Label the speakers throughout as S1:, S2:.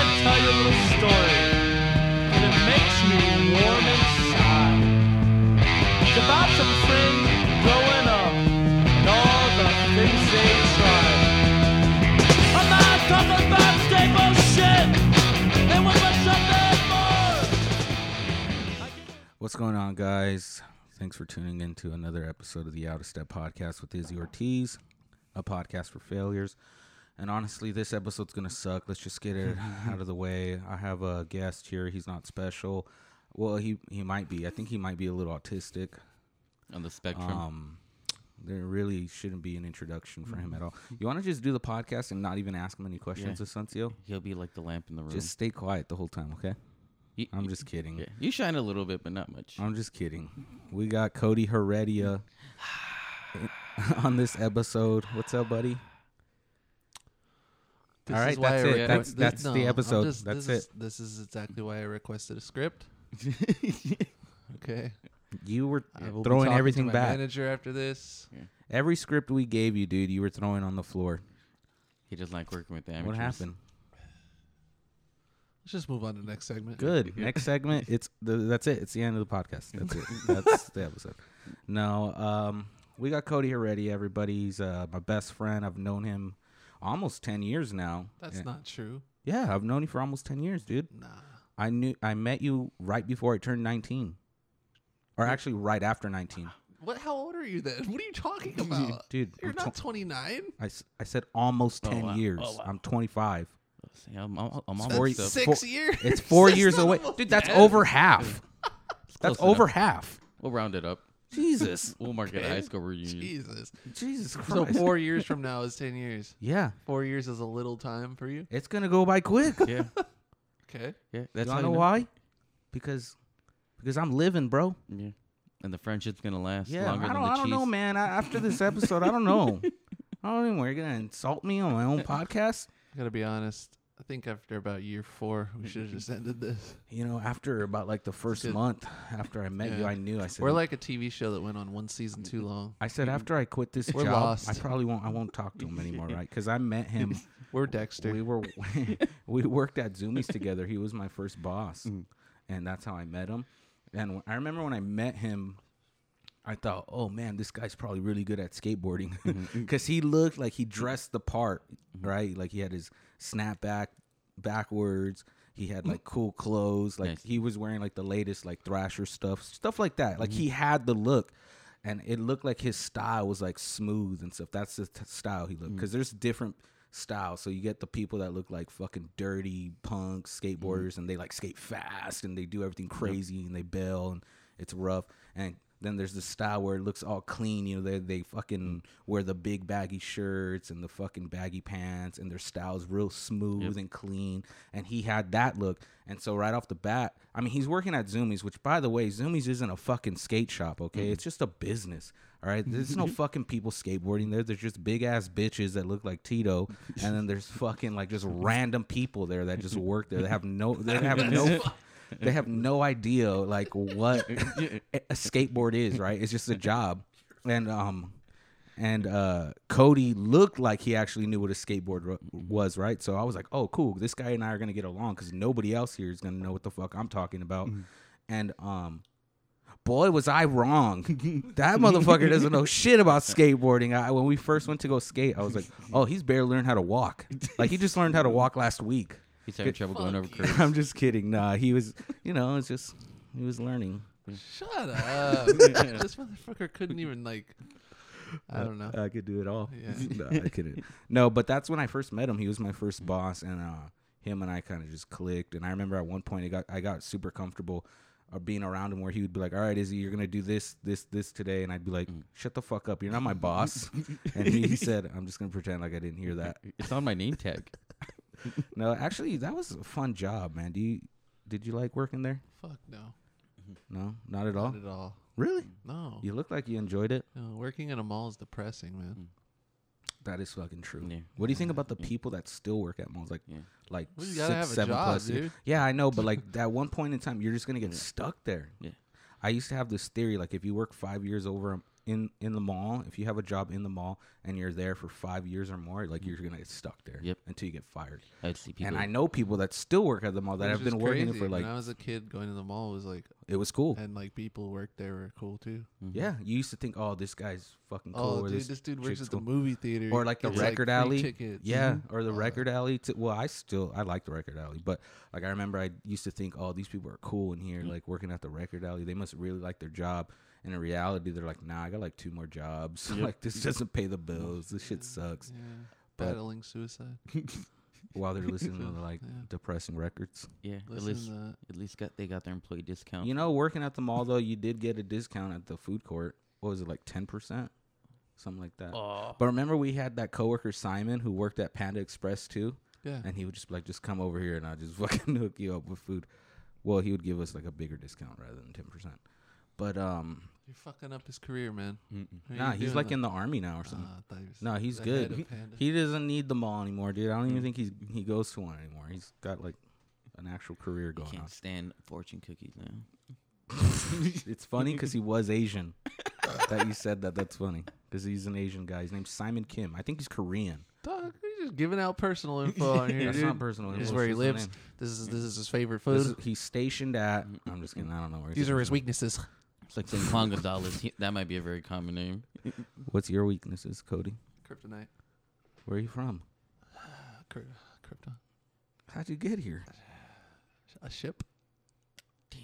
S1: a story, and it makes you warm inside. It's about some friends growing up and all the things they tried. I'm not talking about stable shit. They went for something more.
S2: What's going on, guys? Thanks for tuning in to another episode of the Out of Step podcast with Izzy Ortiz, a podcast for failures. And honestly, this episode's going to suck. Let's just get it out of the way. I have a guest here. He's not special. Well, he, he might be. I think he might be a little autistic.
S3: on the spectrum.
S2: Um, there really shouldn't be an introduction for him at all. You want to just do the podcast and not even ask him any questions,
S3: Mm. Yeah.
S2: Asuncio?
S3: He'll be like the lamp in the room.
S2: Just stay quiet the whole time, okay?
S3: You-
S2: I'm
S3: you-
S2: just kidding.
S3: yeah. You shine a little bit, but not much.
S2: I'm just kidding. We got Cody Heredia on this episode. What's up, buddy?
S4: This
S2: All right,
S4: is why
S2: that's
S4: I
S2: it.
S4: request-
S2: That's- that's
S4: this-
S2: the
S4: I'm
S2: episode.
S4: just-
S2: That's
S4: this is- this is exactly why I requested a script. Okay,
S2: You were
S4: I will be
S2: throwing
S4: talking to
S2: everything
S4: my
S2: back.
S4: Manager, after this,
S2: Every script we gave you, dude, you were throwing on the floor.
S3: he doesn't like working with the amateurs.
S2: What happened?
S4: let's just move on to the next segment.
S2: Good. Next segment. It's the, that's it. It's the end of the podcast. That's it. That's the episode. No, um, we got Cody Heredia. Everybody's uh, my best friend. I've known him almost ten years now.
S4: That's
S2: Yeah.
S4: not true.
S2: Yeah, I've known you for almost ten years, dude.
S4: Nah.
S2: I knew I met you right before I turned 19. Or actually right after 19.
S4: What? How old are you then? What are you talking about,
S2: Dude,
S4: You're
S2: I'm
S4: not
S2: tw-
S4: 29.
S2: I, s- I said almost
S3: Oh,
S2: 10
S3: wow.
S2: years.
S3: Oh, wow.
S2: I'm 25.
S3: See, I'm, I'm, I'm
S2: Four
S3: almost
S2: years-
S3: up.
S2: Six
S4: Six years.
S2: It's 4
S4: That's
S2: years
S4: not
S2: away.
S4: almost
S2: Dude, that's
S4: 10.
S2: over half. that's
S3: close
S2: over
S3: enough.
S2: half.
S3: We'll round it up.
S2: Jesus.
S3: We'll mark it a high
S4: Okay.
S3: school reunion.
S4: Jesus.
S2: Jesus
S4: So
S2: Christ.
S4: four years from now is 10 years.
S2: yeah.
S4: Four years is a little time for you.
S2: It's going to go by quick.
S3: Yeah,
S4: Okay.
S3: yeah.
S2: you
S3: That's how
S2: wanna know why? Because because I'm living, bro.
S3: Yeah, and the friendship's gonna last
S2: Yeah. I
S3: longer
S2: don't,
S3: than the
S2: I don't
S3: cheese.
S2: know, man. I, after this episode, I don't know. I don't even. You're going to insult me on my own podcast?
S4: I gotta be honest. I think after about year four, we should have just ended this.
S2: You know, after about like the first
S4: good.
S2: month after I met you,
S4: Yeah.
S2: I knew. I said,
S4: We're like a TV show that went on one season too long.
S2: I said after I quit this
S4: We're
S2: job, I
S4: lost.
S2: probably won't. I won't talk to him anymore, right? Because I met him.
S4: We're Dexter.
S2: we were we worked at Zoomies together. He was my first boss,
S4: Mm.
S2: and that's how I met him. And when- I remember when I met him, I thought, oh man, this guy's probably really good at skateboarding because he looked like he dressed the part, right? Like he had his snapback backwards. He had like cool clothes. Like
S3: Nice.
S2: he was wearing like the latest like Thrasher stuff, stuff like that. Like he had the look. And it looked like his style was like smooth and stuff. That's the t- style he looked. Because there's different styles. So you get the people that look like fucking dirty punks, skateboarders, and they like skate fast and they do everything crazy and they bail and it's rough. And then there's the style where it looks all clean. You know, they they fucking wear the big baggy shirts and the fucking baggy pants, and their style's real smooth and clean. And he had that look. And so right off the bat, I mean, he's working at Zoomies, which by the way, Zoomies isn't a fucking skate shop. Okay, it's just a business. All right, there's no fucking people skateboarding there. There's just big ass bitches that look like Tito, and then there's fucking like just random people there that just work there. They have no, they have no, they have no idea like what a skateboard is, right? It's just a job. And um and uh Cody looked like he actually knew what a skateboard ro- was, right? So I was like, "Oh, cool. This guy and I are going to get along cuz nobody else here is going to know what the fuck I'm talking about." And um boy was I wrong. that motherfucker doesn't know shit about skateboarding. I, when we first went to go skate, I was like, "Oh, he's barely learned how to walk. Like he just learned how to walk last week."
S3: He's having trouble going over curves.
S2: I'm just kidding. Nah, he was, you know, it's just he was learning.
S4: Shut up. this motherfucker couldn't even like I don't know.
S2: I could do it all.
S4: Yeah.
S2: no, I couldn't. No, but that's when I first met him. He was my first boss, and uh, him and I kind of just clicked. And I remember at one point, I got I got super comfortable uh, being around him, where he would be like, "All right, Izzy, you're gonna do this, this, this today," and I'd be like,
S4: Mm.
S2: "Shut the fuck up! You're not my boss." and he, he said, "I'm just gonna pretend like I didn't hear that."
S3: It's on my name tag.
S2: No, actually, that was a fun job, man. Do you did you like working there?
S4: Fuck no.
S2: No, not at all.
S4: Not at all.
S2: Really?
S4: No.
S2: You Mm. look like you enjoyed it.
S4: No, working in a mall is depressing, man.
S2: That is fucking true.
S3: Yeah.
S2: What do you think about the people that still work at malls? Like,
S3: Yeah.
S2: like
S4: Well, you
S2: six,
S4: gotta have a
S2: seven
S4: job,
S2: plus. years?
S4: dude.
S2: Yeah, I know, but like at one point in time, you're just gonna get stuck there.
S3: Yeah.
S2: I used to have this theory, like if you work five years over um, in in the mall, if you have a job in the mall and you're there for five years or more, like you're gonna get stuck there
S3: Mm. Yep.
S2: until you get fired.
S3: I see people.
S2: And I know people that still work at the mall that
S4: Which
S2: have
S4: is
S2: been working there
S4: crazy.
S2: for like Oh.
S4: when I was a kid, going to the mall was like,
S2: it was cool.
S4: and like people worked there were cool too.
S2: Yeah, you used to think, oh, this guy's fucking Mm. cool.
S4: oh,
S2: or
S4: dude, this, dude works
S2: chick's
S4: at the
S2: cool.
S4: movie theater,
S2: or like the
S4: gets,
S2: record
S4: free
S2: alley.
S4: Tickets. Mm-hmm.
S2: Yeah, or the record alley. T- well, I still I like the record alley, but like I remember I used to think, oh, these people are cool in
S4: Mm-hmm.
S2: here, like working at the record alley. They must really like their job. And in reality, they're like, nah, I got like two more jobs. like this doesn't pay the bills. This shit sucks.
S4: Yeah.
S2: But-
S4: Battling suicide.
S2: While they're listening to like
S4: Yeah.
S2: depressing records.
S3: yeah, at
S4: Listen
S3: least
S4: to that.
S3: at least got they got their employee discount.
S2: You know, working at the mall though, you did get a discount at the food court. What was it like ten percent, something like that? But remember, we had that coworker Simon who worked at Panda Express too,
S4: Yeah.
S2: and he would just be like, "Just come over here, and I'll just fucking hook you up with food." Well, he would give us like a bigger discount rather than ten percent. But um,
S4: You're fucking up his career, man. Why are
S2: nah,
S4: you
S2: he's
S4: doing
S2: like
S4: that?
S2: in the army now or something.
S4: Ah, I thought you was
S2: no, he's
S4: the head
S2: good.
S4: of
S2: He-
S4: Panda. Mm.
S2: He doesn't need the mall anymore, dude. I don't even think he's he goes to one anymore. He's got like an actual career
S3: I
S2: going on.
S3: can't stand fortune cookies now.
S2: It's funny because he was Asian. that you said that. That's funny because he's an Asian guy. His name's Simon Kim. I think he's Korean.
S4: Dog, you're just giving out personal info on here,
S2: That's
S4: dude.
S2: not personal.
S4: This is
S2: info,
S4: where he
S2: it's just a
S4: lives.
S2: name.
S4: This is this is his favorite
S2: This
S4: food.
S2: is- he's stationed at. I'm just kidding. I don't know where. he's
S4: These are his
S2: stationed.
S4: weaknesses.
S3: It's like saying Juan Gonzalez. He- That might be a very common name.
S2: What's your weaknesses, Cody?
S4: Kryptonite.
S2: Where are you from?
S4: Kry- Krypton.
S2: How'd you get here?
S4: A ship
S3: Damn.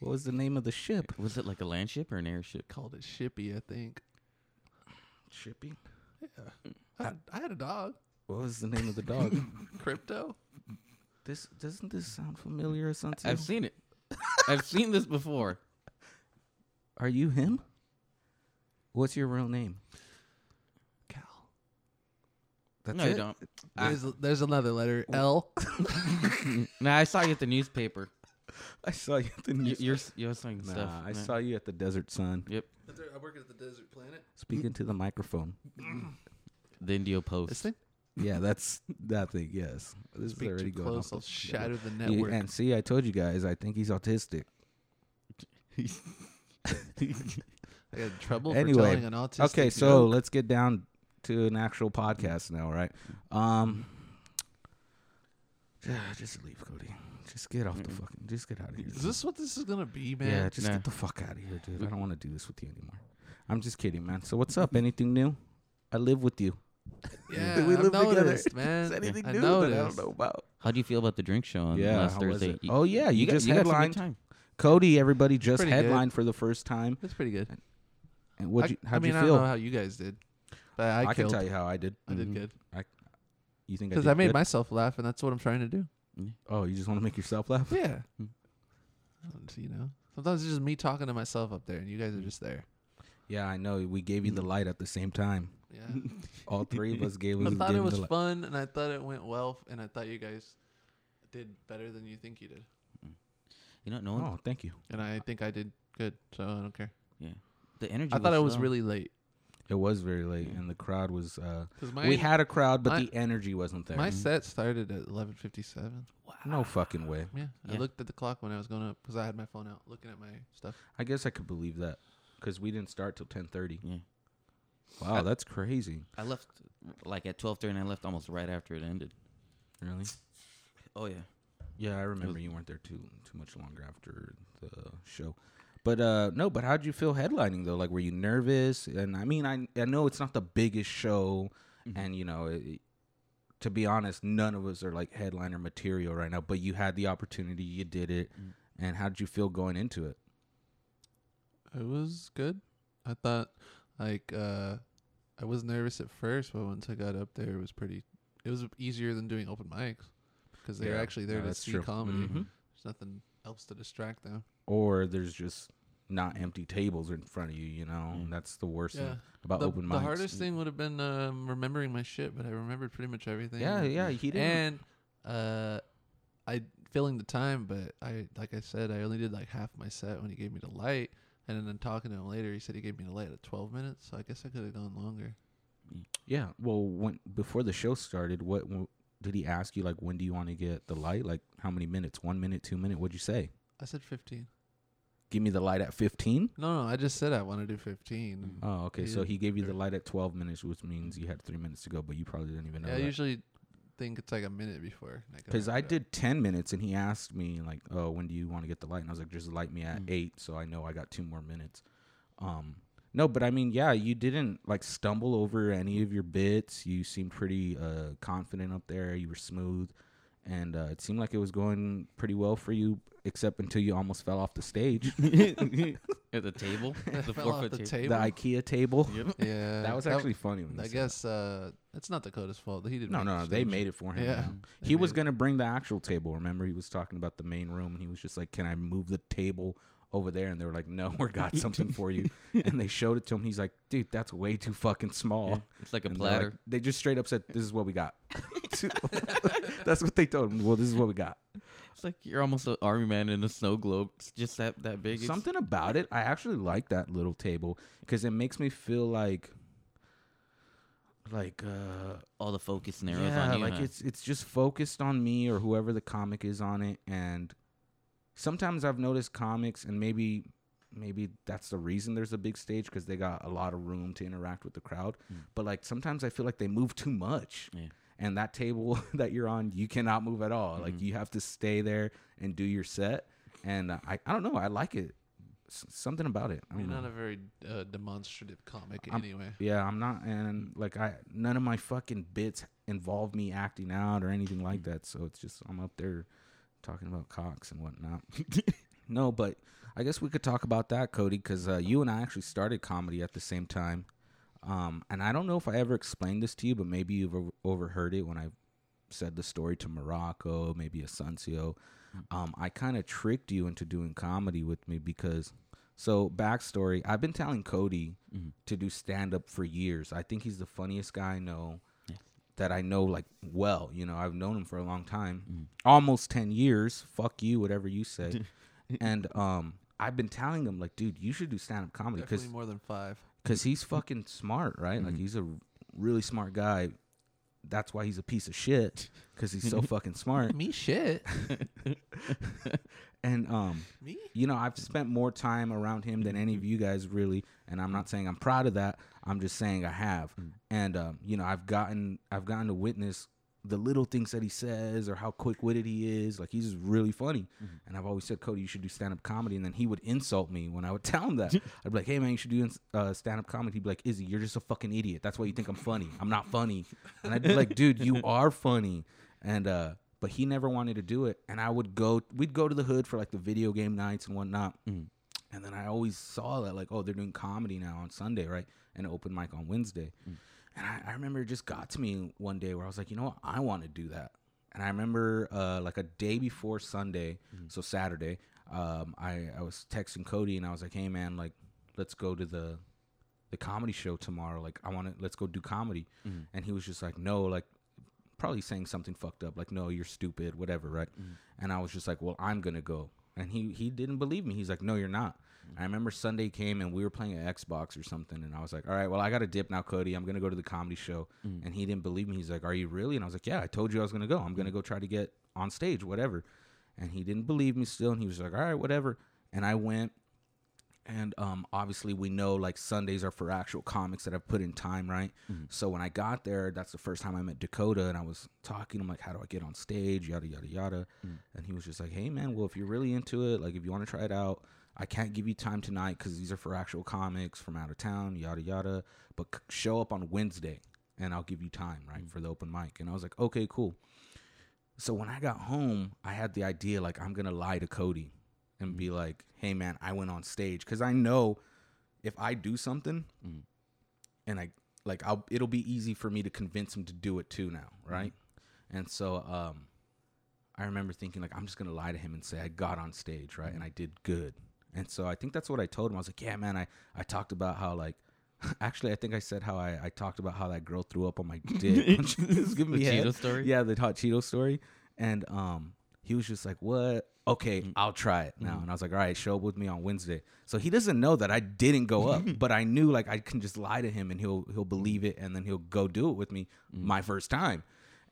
S2: What was the name of the ship?
S3: Was it like a land ship or an airship?
S4: called it Shippy, I think.
S2: Shippy.
S4: I had, I had a dog.
S2: What was the name of the dog?
S4: Crypto.
S2: this doesn't this sound familiar or something?
S3: I've seen it. I've seen this before.
S2: are you him? What's your real name?
S4: Cal.
S2: That's
S3: no,
S2: it.
S3: you don't.
S4: There's,
S2: Ah.
S4: there's another letter. L.
S3: No, I saw you at the newspaper.
S2: I saw you at the
S3: You,
S2: news.
S3: you're s- you're selling
S2: Nah,
S3: stuff.
S2: I
S3: Yeah.
S2: saw you at the Desert Sun.
S3: Yep.
S4: I work at the Desert Planet.
S2: Speaking to the microphone.
S3: The Indio Post.
S4: This thing?
S2: Yeah, that's that thing. Yes, this
S4: Speak
S2: is already
S4: too
S2: going
S4: close.
S2: off.
S4: I'll shatter the
S2: Yeah,
S4: network.
S2: and see, I told you guys, I think he's autistic.
S4: I got in trouble for
S2: Anyway,
S4: telling an autistic
S2: okay, so
S4: joke.
S2: let's get down to an actual podcast now, right? Um, yeah, just leave, Cody. Just get off the fucking. Just get out of here.
S4: Is this what this is gonna be, man?
S2: yeah, just
S3: nah.
S2: get the fuck out of here, dude. I don't want to do this with you anymore. I'm just kidding, man. So what's up? Anything new? I live with you.
S4: Yeah,
S2: We
S4: I
S2: live together.
S4: noticed, man.
S2: Is anything
S4: I
S2: new
S4: noticed.
S2: that I don't know about?
S3: How do you feel about the drink show on
S2: Yeah,
S3: last
S2: how was
S3: Thursday?
S2: it? Oh, yeah, you
S3: got-
S2: just
S3: got some good
S2: headlined.
S3: time.
S2: Cody, everybody just
S4: Pretty good.
S2: headlined for the first time.
S4: That's pretty good.
S2: And what
S4: I,
S2: you?
S4: I
S2: How'd
S4: mean,
S2: you
S4: I
S2: feel?
S4: don't know how you guys did, but I,
S2: I can
S4: killed.
S2: tell you how I did. Mm-hmm.
S4: I did good
S2: You think I
S4: because
S2: did
S4: I made
S2: good?
S4: myself laugh, and that's what I'm trying to do.
S2: Oh, you just want to make yourself laugh?
S4: Yeah,
S3: Hmm.
S4: I don't- you know, sometimes it's just me talking to myself up there, and you guys are just there.
S2: Yeah, I know. We gave you the light at the same time.
S4: Yeah,
S2: All three of us gave
S4: I
S2: us
S4: thought it
S2: gave
S4: was
S2: the light.
S4: fun, and I thought it went well, and I thought you guys did better than you think you did,
S3: You know, no one.
S2: Oh, thank you.
S4: and I think I did good. So I don't care.
S3: The energy.
S4: I thought I was
S3: low.
S4: really late
S2: It was very late, and the crowd was. Uh,
S4: because my
S2: we had a crowd, but
S4: my-
S2: the energy wasn't there.
S4: my set started at 11:57.
S2: no fucking way.
S4: Yeah, I
S3: Yeah.
S4: looked at the clock when I was going up because I had my phone out looking at my stuff.
S2: I guess I could believe that because we didn't start till ten thirty.
S3: Yeah.
S2: Wow, that's crazy.
S3: I left like at twelve thirty. and I left almost right after it ended.
S2: Really?
S3: Oh yeah.
S2: Yeah, I remember you weren't there too too much longer after the show. But uh no, but how'd you feel headlining though? Like were you nervous? And I mean I I know it's not the biggest show and you know it, to be honest, none of us are like headliner material right now, but you had the opportunity, you did it. And how did you feel going into it?
S4: It was good. I thought like uh I was nervous at first, but once I got up there, it was pretty. It was easier than doing open mics because they're
S2: Yeah,
S4: actually there
S2: no,
S4: to
S2: that's
S4: see
S2: true.
S4: comedy.
S2: Mhm.
S4: There's nothing else to distract them.
S2: Or there's just not empty tables in front of you, you know. And That's the worst
S4: Yeah.
S2: thing about
S4: the,
S2: open mics.
S4: the hardest thing would have been um, remembering my shit, but I remembered pretty much everything.
S2: Yeah, yeah, he didn't
S4: And uh, I filling the time, but I like I said, I only did like half my set when he gave me the light, and then talking to him later, he said he gave me the light at 12 minutes, so I guess I could have gone longer.
S2: Yeah. Well, when before the show started, what w- did he ask you? Like, when do you want to get the light? Like, how many minutes? One minute, two minute? What'd you say?
S4: I said 15.
S2: give me the light at 15?
S4: No, no, I just said I want to do 15.
S2: Oh, okay. So
S4: Yeah.
S2: he gave you the light at 12 minutes, which means you had three minutes to go, but you probably didn't even know.
S4: yeah, I
S2: that.
S4: usually think it's like a minute before. and go
S2: Because
S4: wrap
S2: I
S4: it up.
S2: did 10 minutes and he asked me, like, oh, when do you want to get the light? And I was like, just light me
S4: Mm.
S2: at 8 so I know I got two more minutes. Um, no, but I mean, yeah, you didn't like stumble over any of your bits. You seemed pretty uh, confident up there. You were smooth. And uh, it seemed like it was going pretty well for you, except until you almost fell off the stage,
S3: At the table, the
S4: Fell
S3: four
S4: off
S3: foot
S4: the
S3: table.
S2: the
S4: table.
S2: IKEA table.
S4: yeah,
S2: That was actually funny. when
S4: I
S2: this
S4: guess uh, it's not Dakota's fault. He didn't.
S2: No,
S4: make
S2: no,
S4: the
S2: they
S4: stage.
S2: made it for him.
S4: Yeah.
S2: Yeah.
S4: They
S2: He was
S4: made it.
S2: going to bring the actual table. Remember, he was talking about the main room and he was just like, Can I move the table over there? And they were like, No, we got something for you. and they showed it to him. He's like, Dude, that's way too fucking small.
S3: It's like a
S2: And they're like-
S3: platter.
S2: they just straight up said, This is what we got. that's what they told him. Well, this is what we got.
S3: It's like you're almost an army man in a snow globe. It's just that that big. It's-
S2: Something about it. I actually like that little table because it makes me feel like. Like uh
S3: all the focus narrows
S2: yeah,
S3: on you.
S2: like
S3: huh?
S2: it's it's just focused on me or whoever the comic is on it and sometimes I've noticed comics and maybe maybe that's the reason there's a big stage cuz they got a lot of room to interact with the crowd but like sometimes I feel like they move too much.
S3: Hmm. Yeah.
S2: And that table that you're on, you cannot move at all.
S3: Mm-hmm.
S2: Like you have to stay there and do your set and uh, I I don't know, I like it. S- something about it. I don't
S4: You're
S2: know.
S4: not a very uh, demonstrative comic, anyway.
S2: Yeah, I'm not, and like I, none of my fucking bits involve me acting out or anything like that. So it's just I'm up there talking about cocks and whatnot. no, but I guess we could talk about that, Cody, because uh, you and I actually started comedy at the same time. Um, and I don't know if I ever explained this to you, but maybe you've over- overheard it when I said the story to Morocco, maybe Asensio. Um, I kind of tricked you into doing comedy with me because, so backstory, I've been telling Cody to do stand up for years. I think he's the funniest guy I know that I know like well. You know, I've known him for a long time, almost ten years. Fuck you, whatever you say. and um, I've been telling him like, dude, you should do stand up comedy because
S4: Definitely more than five.
S2: because he's fucking smart, right? Like he's a really smart guy. That's why he's a piece of shit because he's so fucking smart.
S4: Me shit.
S2: And um,
S4: Me?
S2: you know, I've spent more time around him than any of you guys really, and I'm not saying I'm proud of that. I'm just saying I have, and um, you know, I've gotten I've gotten to witness the little things that he says or how quick witted he is. Like he's just really funny, and I've always said, Cody, you should do stand up comedy, and then he would insult me when I would tell him that. I'd be like, Hey man, you should do uh, stand up comedy. He'd be like, Izzy, you're just a fucking idiot. That's why you think I'm funny. I'm not funny, and I'd be like, Dude, you are funny, and uh, but he never wanted to do it. And I would go, we'd go to the hood for like the video game nights and whatnot. And then I always saw that, like, oh, they're doing comedy now on Sunday, right? And open mic on Wednesday. And I, I remember it just got to me one day where I was like, you know what? I want to do that. And I remember uh, like a day before Sunday, so Saturday, um, I, I was texting Cody and I was like, hey, man, like, let's go to the the comedy show tomorrow. Like, I want to, let's go do comedy. And he was just like, no, like, probably saying something fucked up, like, no, you're stupid, whatever, right? And I was just like, well, I'm going to go. And he, he didn't believe me. He's like, no, you're not. I remember Sunday came and we were playing an Xbox or something. And I was like, all right, well, I got to dip now, Cody. I'm going to go to the comedy show. And he didn't believe me. He's like, are you really? And I was like, yeah, I told you I was going to go. I'm going to go try to get on stage, whatever. And he didn't believe me still. And he was like, all right, whatever. And I went and um, obviously we know like sundays are for actual comics that have put in time right so when i got there that's the first time i met dakota and i was talking i'm like how do i get on stage yada yada yada and he was just like hey man well if you're really into it like if you want to try it out i can't give you time tonight because these are for actual comics from out of town yada yada but c- show up on wednesday and i'll give you time right for the open mic and i was like okay cool so when I got home, I had the idea like I'm gonna lie to Cody and be
S3: Mm-hmm.
S2: like, "Hey man, I went on stage because I know if I do something,
S3: Mm-hmm.
S2: and I like I'll it'll be easy for me to convince him to do it too now,
S3: Mm-hmm.
S2: right?" And so um, I remember thinking like I'm just gonna lie to him and say I got on stage, right, and
S3: Mm-hmm.
S2: I did good. And so I think that's what I told him. I was like, "Yeah, man, I I talked about how like." Actually, I think I said how I, I talked about how that girl threw up on my dick. when she was giving
S3: The
S2: me head.
S3: Cheeto story?
S2: Yeah, the hot Cheeto story. And um, he was just like, "What? Okay,
S3: Mm.
S2: I'll try it
S3: Mm-hmm.
S2: now." And I was like, "All right, show up with me on Wednesday." So he doesn't know that I didn't go up, but I knew like I can just lie to him and he'll he'll believe it, and then he'll go do it with me
S3: Mm.
S2: my first time.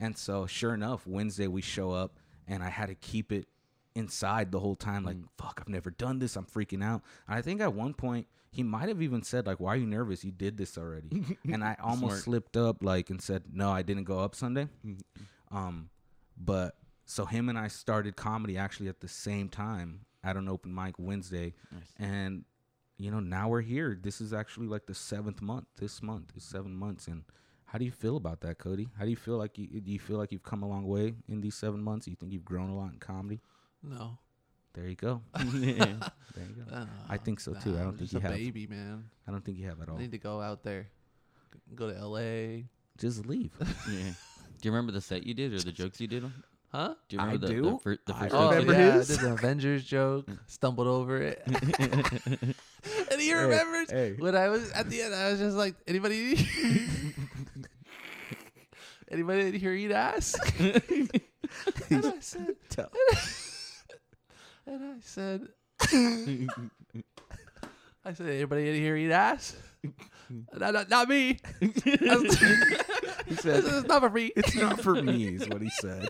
S2: And so, sure enough, Wednesday we show up, and I had to keep it inside the whole time,
S3: Mm.
S2: like, fuck, I've never done this. I'm freaking out. And I think at one point he might have even said, like, why are you nervous? You did this already. and I almost
S3: Smart.
S2: slipped up, like, and said, no, I didn't go up Sunday. Um, but so him and I started comedy actually at the same time at an open mic Wednesday, and you know now we're here. This is actually like the seventh month. This month is seven months, and how do you feel about that, Cody? How do you feel like you do you feel like you've come a long way in these seven months? You think you've grown a lot in comedy?
S4: No,
S2: There you go.
S3: Yeah.
S2: There you go.
S4: Uh, um,
S2: I think so too.
S4: nah,
S2: I
S4: I'm
S2: don't think Oh.
S4: just
S2: you
S4: a
S2: have.
S4: baby, man.
S2: I don't think you have at all.
S4: I need to go out there, G- go to L.A.
S2: Just leave.
S3: yeah. Do you remember the set you did or the jokes you did on?
S4: Huh?
S3: Do you remember
S2: I
S3: the,
S2: do.
S3: The, fir- the
S2: I
S3: first
S4: Oh
S3: jokes you
S2: remember
S3: did?
S4: yeah,
S2: his?
S4: I did the Avengers joke. Stumbled over it, and he
S2: Hey,
S4: remembers
S2: hey.
S4: when I was at the end. I was just like, anybody, anybody in here eat ass? and I said,
S2: Tell-
S4: and I said, I said, anybody in here eat ass? no, no, not me.
S2: He said,
S4: it's not for me.
S2: It's not for me, is what he said.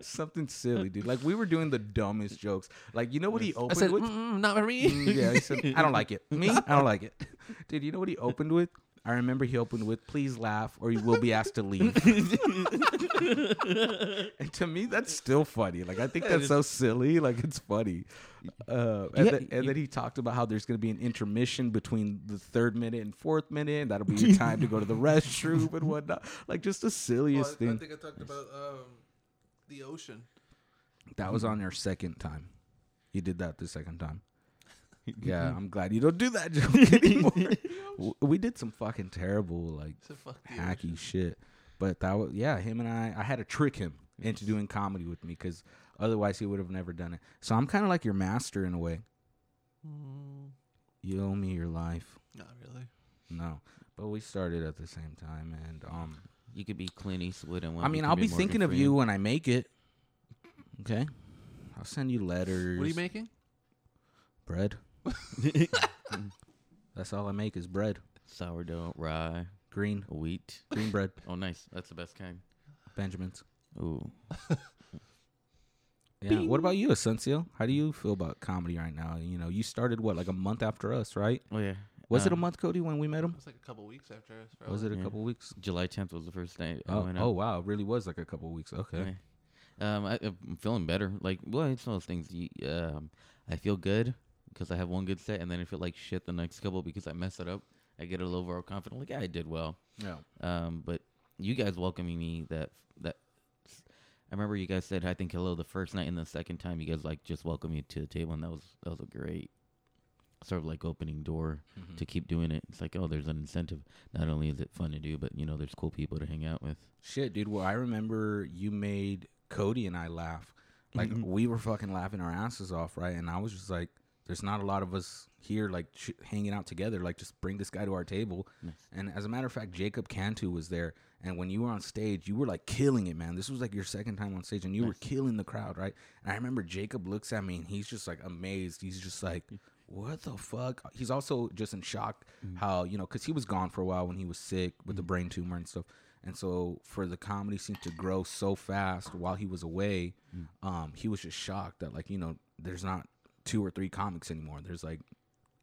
S2: Something silly, dude. Like we were doing the dumbest jokes. Like you know what he
S4: I
S2: opened
S4: said,
S2: with?
S4: "Mm-mm, not for me.
S2: Mm, yeah, he said, I don't like it. Me, I don't like it. Dude, you know what he opened with? I remember he opened with, "Please laugh, or you will be asked to leave." and to me, that's still funny. Like I think that's so silly. Like it's funny. Uh, and,
S3: Yeah,
S2: then, and
S3: you-
S2: then he talked about how there's going to be an intermission between the third minute and fourth minute, and that'll be your time to go to the restroom and whatnot. Like just the silliest thing.
S4: I talked about um, the ocean.
S2: That was
S3: Mm-hmm.
S2: on your second time. You did that the second time. Yeah,
S4: Mm-hmm.
S2: I'm glad you don't do that joke anymore. W- we did some fucking terrible, like
S4: So fuck the ocean.
S2: hacky shit. But that was yeah. Him and I, I had to trick him into doing comedy with me because otherwise he would have never done it. So I'm kind of like your master in a way.
S4: Mm,
S2: You owe me your life.
S4: not really.
S2: No, but we started at the same time, and um,
S3: You could be Clint Eastwood and one.
S2: I
S3: you
S2: mean,
S3: could
S2: I'll be
S3: Morgan
S2: thinking of
S3: Freeman.
S2: you when I make it. Okay, I'll send you letters.
S4: What are you making?
S2: Bread. That's all I make is bread.
S3: Sourdough, rye,
S2: Green.
S3: wheat.
S2: Green bread.
S3: Oh, nice. That's the best kind.
S2: Benjamin's.
S3: Ooh.
S2: Yeah. What about you, Asencio? How do you feel about comedy right now? You know, you started what, like a month after us, right?
S3: Oh yeah.
S2: Was it a
S3: Um, oh,
S2: month, Cody, when we met him?
S4: It was like a couple weeks after. us,
S2: Was
S4: probably.
S2: it a
S3: yeah.
S2: couple weeks?
S3: July 10th was the first night. I
S2: Oh,
S3: went
S2: oh
S3: out.
S2: wow, it really was like a couple weeks. Okay.
S3: Yeah. Um, I, I'm feeling better. Like, well, it's one of those things. You, um, I feel good because I have one good set, and then I feel like shit the next couple because I mess it up. I get a little overconfident. Like, yeah, I did well.
S2: Yeah.
S3: Um, but you guys welcoming me that that I remember you guys said I think hello the first night and the second time you guys like just welcomed me to the table and that was that was a great sort of like opening door to keep doing it. It's like oh there's an incentive. Not only is it fun to do, but you know there's cool people to hang out with.
S2: Shit, dude. Well, I remember you made Cody and I laugh. Like
S3: Mm-hmm.
S2: we were fucking laughing our asses off, right? And I was just like, "There's not a lot of us here, like sh- hanging out together. Like, just bring this guy to our table." And as a matter of fact, Jacob Cantu was there. And when you were on stage, you were like killing it, man. This was like your second time on stage, and you were killing the crowd, right? And I remember Jacob looks at me, and he's just like amazed. He's just like, "What the fuck?" He's also just in shock how you know because he was gone for a while when he was sick with the brain tumor and stuff. And so for the comedy scene to grow so fast while he was away, um, he was just shocked that like, you know, there's not two or three comics anymore. There's like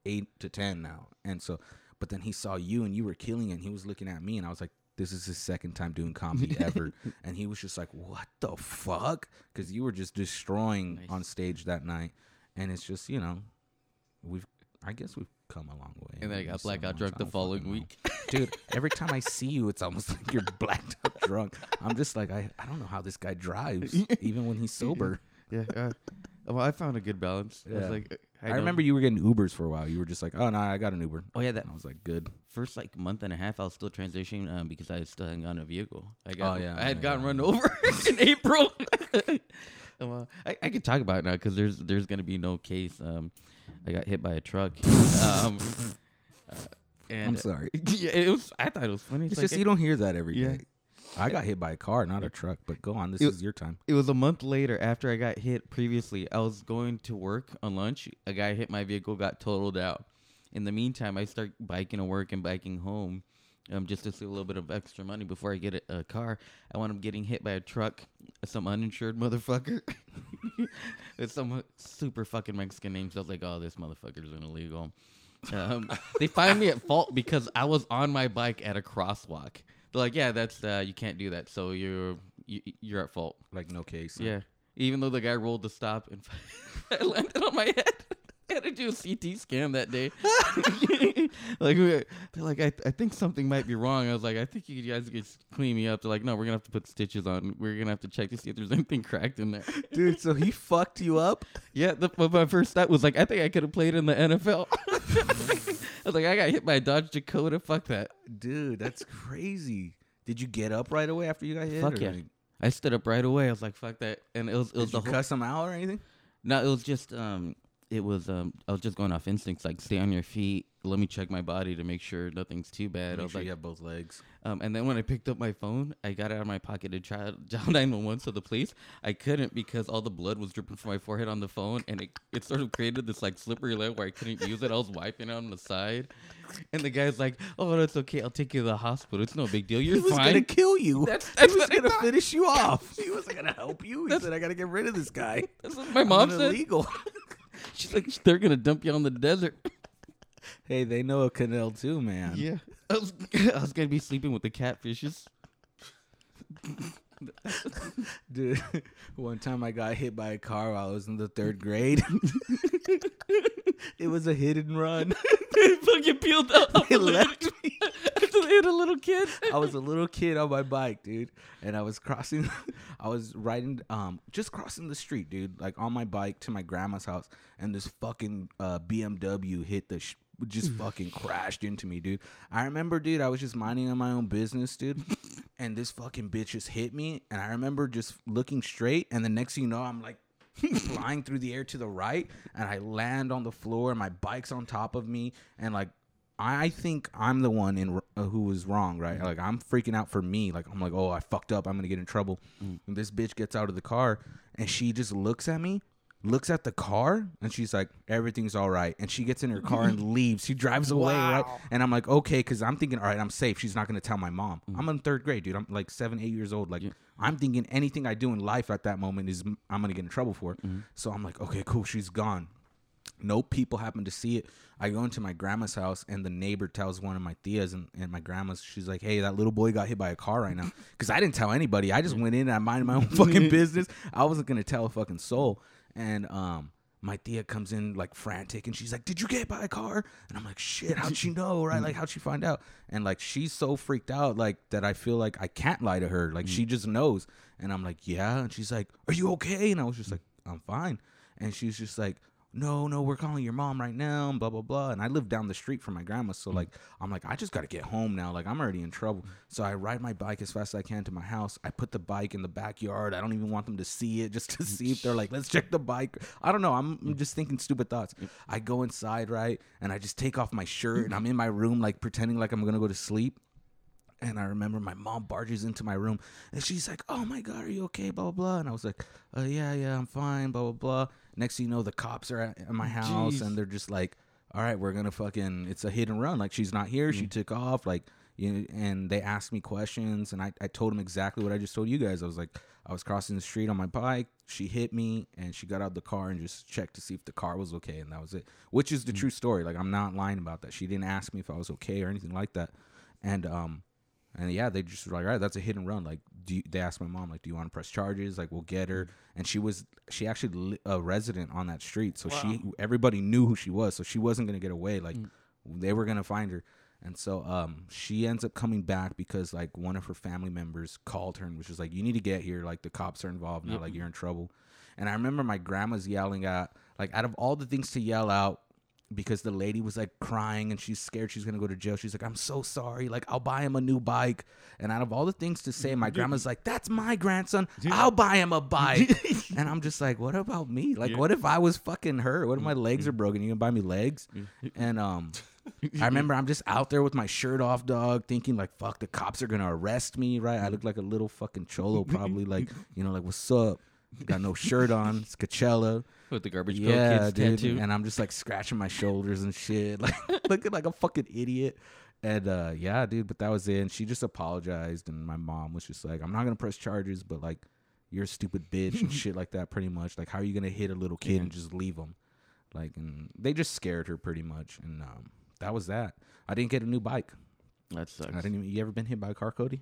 S2: eight to ten now. And so but then he saw you and you were killing it and he was looking at me and I was like, This is his second time doing comedy ever. And he was just like, What the fuck? Because you were just destroying
S3: Nice.
S2: on stage that night. And it's just, you know, we've I guess we've come a long way.
S3: And then I
S2: in
S3: got
S2: seven months.
S3: blackout drunk
S2: I
S3: the
S2: don't
S3: following
S2: fucking know
S3: week.
S2: dude every time i see you it's almost like you're blacked out drunk i'm just like i, I don't know how this guy drives even when he's sober
S3: Yeah. well, I found a good balance.
S2: was Yeah. like,
S3: like uh,
S2: i, remember you were getting ubers for a while you were just like oh no i got an uber
S3: Oh yeah, that
S2: and i was like good
S3: first like month and a half, I was still transitioning um, because I still hadn't gotten a vehicle. I got,
S2: Oh, yeah,
S3: I had
S2: yeah,
S3: gotten
S2: yeah.
S3: run over in April. Um, uh, I, I can talk about it now because there's there's gonna be no case. Um, I got hit by a truck. um, uh, and
S2: i'm sorry
S3: yeah, it was. I thought it was funny.
S2: it's
S3: like,
S2: just you don't hear that every day.
S3: Yeah.
S2: i got hit by a car not a truck but go on this
S3: It-
S2: is your time
S3: it was a month later after I got hit previously. I was going to work on lunch. A guy hit my vehicle, got totaled out. In the meantime, I start biking to work and biking home. um, just to see a little bit of extra money before I get a, a car. I wound up getting hit by a truck, some uninsured motherfucker. it's some super fucking Mexican name. So I was like, oh, this motherfucker's an illegal. Um, they find me at fault because I was on my bike at a crosswalk. They're like, yeah, that's uh, you can't do that. So you're you, you're at fault.
S2: Like no case.
S3: Yeah. Even though the guy rolled the stop and I landed on my head. I had to do a CT scan that day. like, we- they're like, I, I think something might be wrong. I was like, I think you guys could s- clean me up. They're like, no, we're gonna have to put stitches on. We're gonna have to check to see if there's anything cracked in there.
S2: Dude, so he fucked you up?
S3: Yeah, the, but my first thought was like, I think I could have played in the NFL. I was like, I got hit by a Dodge Dakota. Fuck that.
S2: Dude, that's crazy. Did you get up right away after you got hit?
S3: Fuck
S2: or
S3: yeah.
S2: Did
S3: I stood up right away. I was like, fuck that. And it was it was
S2: you
S3: the whole,
S2: cuss him out or anything?
S3: No, it was just um it was um I was just going off instincts like stay on your feet, let me check my body to make sure nothing's too bad. I
S2: Make
S3: was
S2: sure
S3: like
S2: you have both legs.
S3: um and then when I picked up my phone, I got it out of my pocket to try dial nine one one to the police. I couldn't because all the blood was dripping from my forehead on the phone and it, it sort of created this like slippery layer where I couldn't use it. I was wiping it on the side. And the guy's like, Oh that's okay, I'll take you to the hospital. It's no big deal. You're
S2: He was
S3: fine.
S2: gonna kill you.
S3: That's-
S2: he
S3: that's
S2: was
S3: what I
S2: gonna
S3: thought.
S2: finish you off. He wasn't gonna help you. He said, "I gotta get rid of this guy."
S3: That's what my
S2: I'm
S3: mom
S2: an
S3: said.
S2: illegal.
S3: She's like, They're gonna dump you on the desert.
S2: hey, they know a canal too, man.
S3: Yeah. I was, I was going to be sleeping with the catfishes.
S2: Dude, one time I got hit by a car while I was in the third grade. it was a hit and run.
S3: they fucking peeled up.
S2: They left me.
S3: After they hit a little kid.
S2: I was a little kid on my bike, dude, and I was crossing. I was riding, um, just crossing the street, dude, like on my bike to my grandma's house, and this fucking uh, BMW hit the. Sh- just fucking crashed into me, dude. I remember, dude, I was just minding on my own business, dude, and this fucking bitch just hit me. And I remember just looking straight, and the next thing you know, I'm like flying through the air to the right, and I land on the floor, and my bike's on top of me, and like I think I'm the one in uh, who was wrong, right? Like I'm freaking out for me. Like I'm like, oh, I fucked up. I'm gonna get in trouble. And this bitch gets out of the car and she just looks at me, looks at the car, and she's like, everything's all right. And she gets in her car and leaves. She drives away, right? And I'm like, okay, because I'm thinking, all right, I'm safe. She's not gonna tell my mom. I'm in third grade, dude. I'm like seven, eight years old. Like I'm thinking anything I do in life at that moment is mm, I'm gonna get in trouble for. it. So I'm like, okay, cool. She's gone. No people happen to see it. I go into my grandma's house, and the neighbor tells one of my tias and, and my grandma's. She's like, "Hey, that little boy got hit by a car right now." Because I didn't tell anybody. I just went in and I minded my own fucking business. I wasn't gonna tell a fucking soul. And um, my tia comes in like frantic, and she's like, "Did you get hit by a car?" And I'm like, "Shit, how'd she know? Right? Like, how'd she find out?" And like, she's so freaked out, like that. I feel like I can't lie to her. Like, she just knows. And I'm like, "Yeah," and she's like, "Are you okay?" And I was just like, "I'm fine." And she's just like, no, no, we're calling your mom right now, and blah, blah, blah. And I live down the street from my grandma. So, like, I'm like, I just got to get home now. Like, I'm already in trouble. So, I ride my bike as fast as I can to my house. I put the bike in the backyard. I don't even want them to see it just to see if they're like, let's check the bike. I don't know. I'm, I'm just thinking stupid thoughts. I go inside, right? And I just take off my shirt and I'm in my room, like, pretending like I'm going to go to sleep. And I remember my mom barges into my room and she's like, Oh my God, are you okay? Blah, blah, blah. And I was like, uh, Yeah, yeah, I'm fine. Blah, blah, blah. Next thing you know, the cops are at, at my house
S3: Jeez.
S2: and they're just like, All right, we're going to fucking, it's a hit and run. Like, she's not here. She took off. Like, you know, and they asked me questions and I, I told them exactly what I just told you guys. I was like, I was crossing the street on my bike. She hit me and she got out of the car and just checked to see if the car was okay. And that was it, which is the true story. Like, I'm not lying about that. She didn't ask me if I was okay or anything like that. And, um, and yeah, they just were like, all right, that's a hit and run. Like, do you, they asked my mom, like, do you want to press charges? Like, we'll get her. And she was, she actually li- a resident on that street, so she everybody knew who she was, so she wasn't gonna get away. Like, they were gonna find her. And so, um, she ends up coming back because like one of her family members called her and was just like, you need to get here. Like, the cops are involved now. Like, you're in trouble. And I remember my grandma's yelling at, like, out of all the things to yell out, because the lady was like crying and she's scared she's gonna go to jail. She's like, I'm so sorry. Like, I'll buy him a new bike. And out of all the things to say, my grandma's like, That's my grandson. I'll buy him a bike. and I'm just like, What about me? Like, what if I was fucking hurt? What if my legs are broken? You gonna buy me legs? And um, I remember I'm just out there with my shirt off, dog, thinking like, Fuck, the cops are gonna arrest me, right? I look like a little fucking cholo, probably. like, you know, like, What's up? Got no shirt on. It's Coachella
S3: With the garbage
S2: yeah,
S3: girl kids
S2: dude.
S3: tattoo.
S2: And I'm just like scratching my shoulders and shit, like looking like a fucking idiot. And uh, yeah, dude, but that was it. And she just apologized, and my mom was just like, "I'm not gonna press charges, but like, you're a stupid bitch and shit like that. Pretty much, like, how are you gonna hit a little kid and just leave him? Like, and they just scared her pretty much, and um, that was that. I didn't get a new bike.
S3: That sucks.
S2: I didn't. Even, you ever been hit by a car, Cody?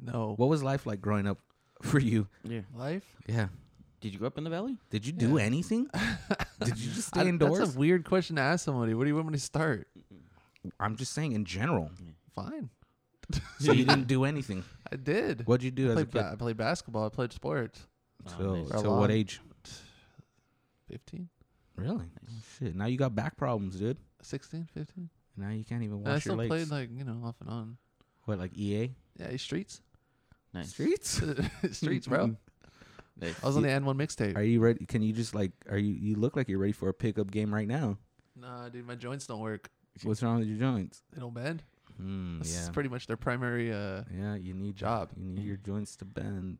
S4: No.
S2: What was life like growing up for you?
S3: yeah.
S4: Life?
S2: Yeah.
S3: Did you grow up in the valley?
S2: Did you do anything? Did you just stay
S4: I-
S2: indoors?
S4: That's a weird question to ask somebody. Where do you want me to start?
S2: I'm just saying in general.
S4: Fine.
S2: So you didn't do anything.
S4: I did.
S2: What'd you do as
S4: I
S2: a
S4: played,
S2: kid?
S4: ba- I played basketball. I played sports.
S3: Oh,
S2: Till,
S3: nice.
S2: till what
S4: Along.
S2: age?
S4: 15,
S2: Really? Shit. Now you got back problems, dude.
S4: 16, 15.
S2: Now you can't even
S4: And I
S2: wash your
S4: still
S2: legs.
S4: played like, you know, off and on.
S2: what, like E EA?
S4: Yeah, you streets.
S3: Nice.
S2: Streets?
S4: streets, bro.
S3: Nice.
S4: I was on the N1
S2: Mm-hmm. Are
S4: mixtape.
S2: you ready? Can you just like, are you, you look like you're ready for a pickup game right now.
S4: Nah, dude, my joints don't work.
S2: What's wrong with your joints?
S4: They don't bend.
S2: Hmm,
S4: This is
S2: yeah.
S4: pretty much their primary. uh
S2: yeah, you need
S4: Job.
S2: You need your joints to bend.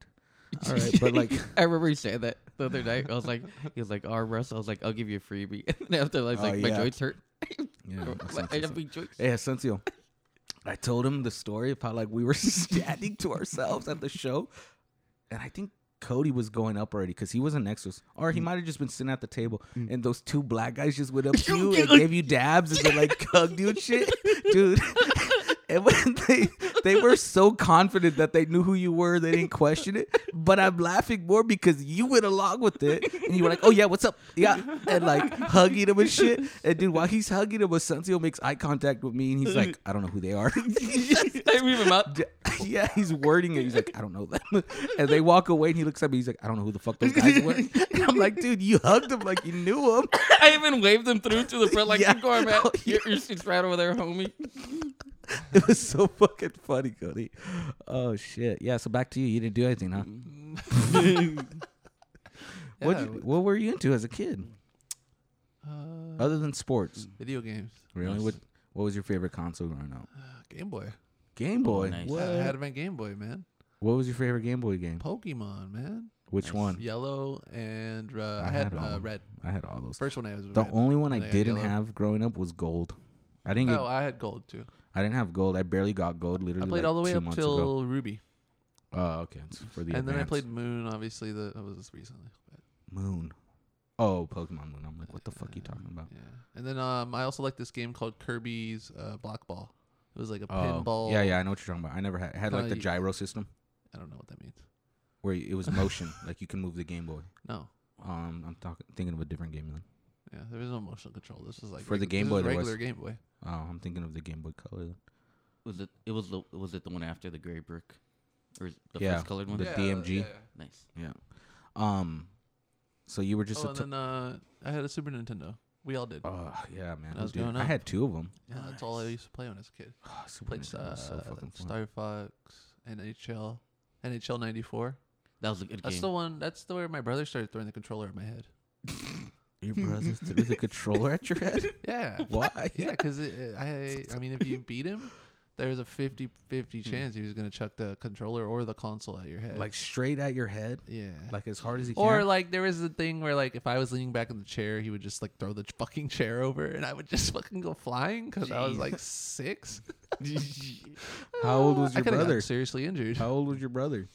S2: All right, but like,
S3: I remember you saying that the other night. I was like, he was like, "Arm wrestle." I was like, "I'll give you a freebie." And then after, I was
S2: Oh,
S3: like, "My
S2: yeah.
S3: joints hurt."
S2: yeah.
S3: Like, I have big joints.
S2: Hey, Asensio, I told him the story of how like we were standing to ourselves at the show, and I think Cody was going up already because he wasn't next to us, or he might have just been sitting at the table, and those two black guys just went up to you and gave you dabs and then like hugged you and shit, dude. And when they they were so confident that they knew who you were, they didn't question it. But I'm laughing more because you went along with it, and you were like, "Oh yeah, what's up? Yeah," and like hugging him and shit. And dude, while he's hugging him, Asensio makes eye contact with me, and he's like, "I don't know who they are."
S3: I move them up.
S2: yeah, he's wording it. He's like, "I don't know them," and they walk away, and he looks at me. He's like, "I don't know who the fuck those guys were." And I'm like, "Dude, you hugged him like you knew him."
S3: I even waved them through to the front, like,
S2: Yeah.
S3: "Keep going, man.
S2: Oh,
S3: Your, your seat's right over there, homie."
S2: It was so fucking funny, Cody. Oh shit. Yeah. So back to you. You didn't do anything, huh? what
S4: Yeah.
S2: you, What were you into as a kid,
S4: Uh,
S2: other than sports?
S4: video games.
S2: Really? What What was your favorite console growing up?
S4: Uh, Game Boy.
S2: Game Boy.
S3: nice.
S4: I
S2: What?
S4: had my Game Boy, man.
S2: What was your favorite Game Boy game?
S4: Pokemon, man.
S2: Which one?
S4: Yellow and uh, I,
S2: I
S4: had
S2: had all
S4: uh,
S2: of
S4: red.
S2: I had all those.
S4: First one I was
S2: The
S4: red.
S2: only one I
S4: and had
S2: didn't
S4: yellow.
S2: have growing up was gold. I didn't get.
S4: Oh, I had gold too.
S2: I didn't have gold. I barely got gold. Literally,
S4: I played
S2: like
S4: all the way
S2: two
S4: up
S2: months
S4: till
S2: ago.
S4: Ruby,
S2: Oh, okay. It's for the
S4: and then I
S2: advanced.
S4: played Moon. Obviously, the, that was recently. But,
S2: Moon. Oh, Pokemon Moon. I'm like, what the fuck you talking about?
S4: yeah, and then um, I also liked this game called Kirby's uh, Block Ball. It was like a
S2: Oh,
S4: pinball.
S2: yeah, yeah. I know what you're talking about. I never had. It had
S4: No,
S2: like the
S4: you-
S2: gyro system
S4: I don't know what that means.
S2: where it was motion. like you can move the Game Boy.
S4: No,
S2: Um, I'm talking thinking of a different game then.
S4: yeah, there was no motion control. This was like
S2: For the
S4: regu-
S2: Game
S4: this
S2: Boy,
S4: was
S2: there
S4: regular
S2: was.
S4: Game Boy.
S2: Oh, I'm thinking of the Game Boy Color.
S3: Was it? It was the. Was it the one after the gray brick, or is it the
S2: Yeah,
S3: first colored one?
S2: the- DMG.
S3: Nice.
S2: Yeah. Um. So you were just a.
S4: Oh, and
S2: T-
S4: then uh, I had a Super Nintendo. We all did.
S2: oh yeah, man.
S4: I was
S2: dude,
S4: growing
S2: I
S4: up.
S2: had two of them.
S4: Yeah, that's all I used to play when I was a kid.
S2: Oh, Super
S4: Played
S2: Nintendo
S4: uh,
S2: was so fucking fun.
S4: Star Fox, NHL, NHL '94.
S3: That was a good
S4: That's
S3: game.
S4: the one. That's the where my brother started throwing the controller at my head.
S2: Your brother threw the controller at your head.
S4: Yeah,
S2: Why?
S4: yeah. Because I, I mean, if you beat him, there's a 50-50 chance he was gonna chuck the controller or the console at your head.
S2: Hmm. Like straight at your head,
S4: yeah.
S2: like as hard as he can.
S4: or like there was a thing where like if I was leaning back in the chair, he would just like throw the ch- fucking chair over, and I would just fucking go flying because I was like six.
S2: How old was
S4: I
S2: your
S4: could have
S2: brother?
S4: got seriously injured.
S2: How old was your brother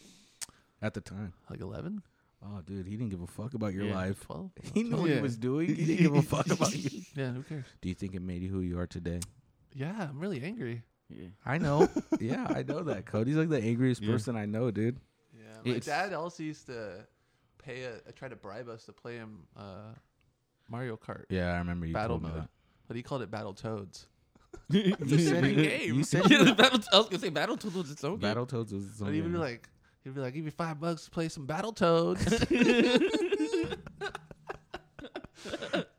S2: at the time?
S4: Like eleven.
S2: Oh, dude, he didn't give a fuck about your
S3: Yeah.
S2: life.
S4: 12?
S2: He knew what he
S4: Yeah.
S2: was doing. He didn't give a fuck about you.
S4: Yeah, who cares?
S2: Do you think it made you who you are today?
S4: Yeah, I'm really angry.
S3: Yeah.
S2: I know. yeah, I know that. Cody's like the angriest
S3: Yeah.
S2: person I know, dude.
S4: Yeah, my
S3: It's-
S4: dad also used to pay a, try to bribe us to play him uh, Mario Kart
S2: Yeah, I remember you
S4: Battle
S2: told me
S4: Mode,
S2: that.
S4: but he called it Battle Toads.
S2: You said you, you said you
S3: yeah, the battle. I was gonna say battle tool was its own game.
S2: Battletoads was his own
S4: But he would
S2: game.
S4: be like, he'd be like, give you five bucks to play some Battle Toads.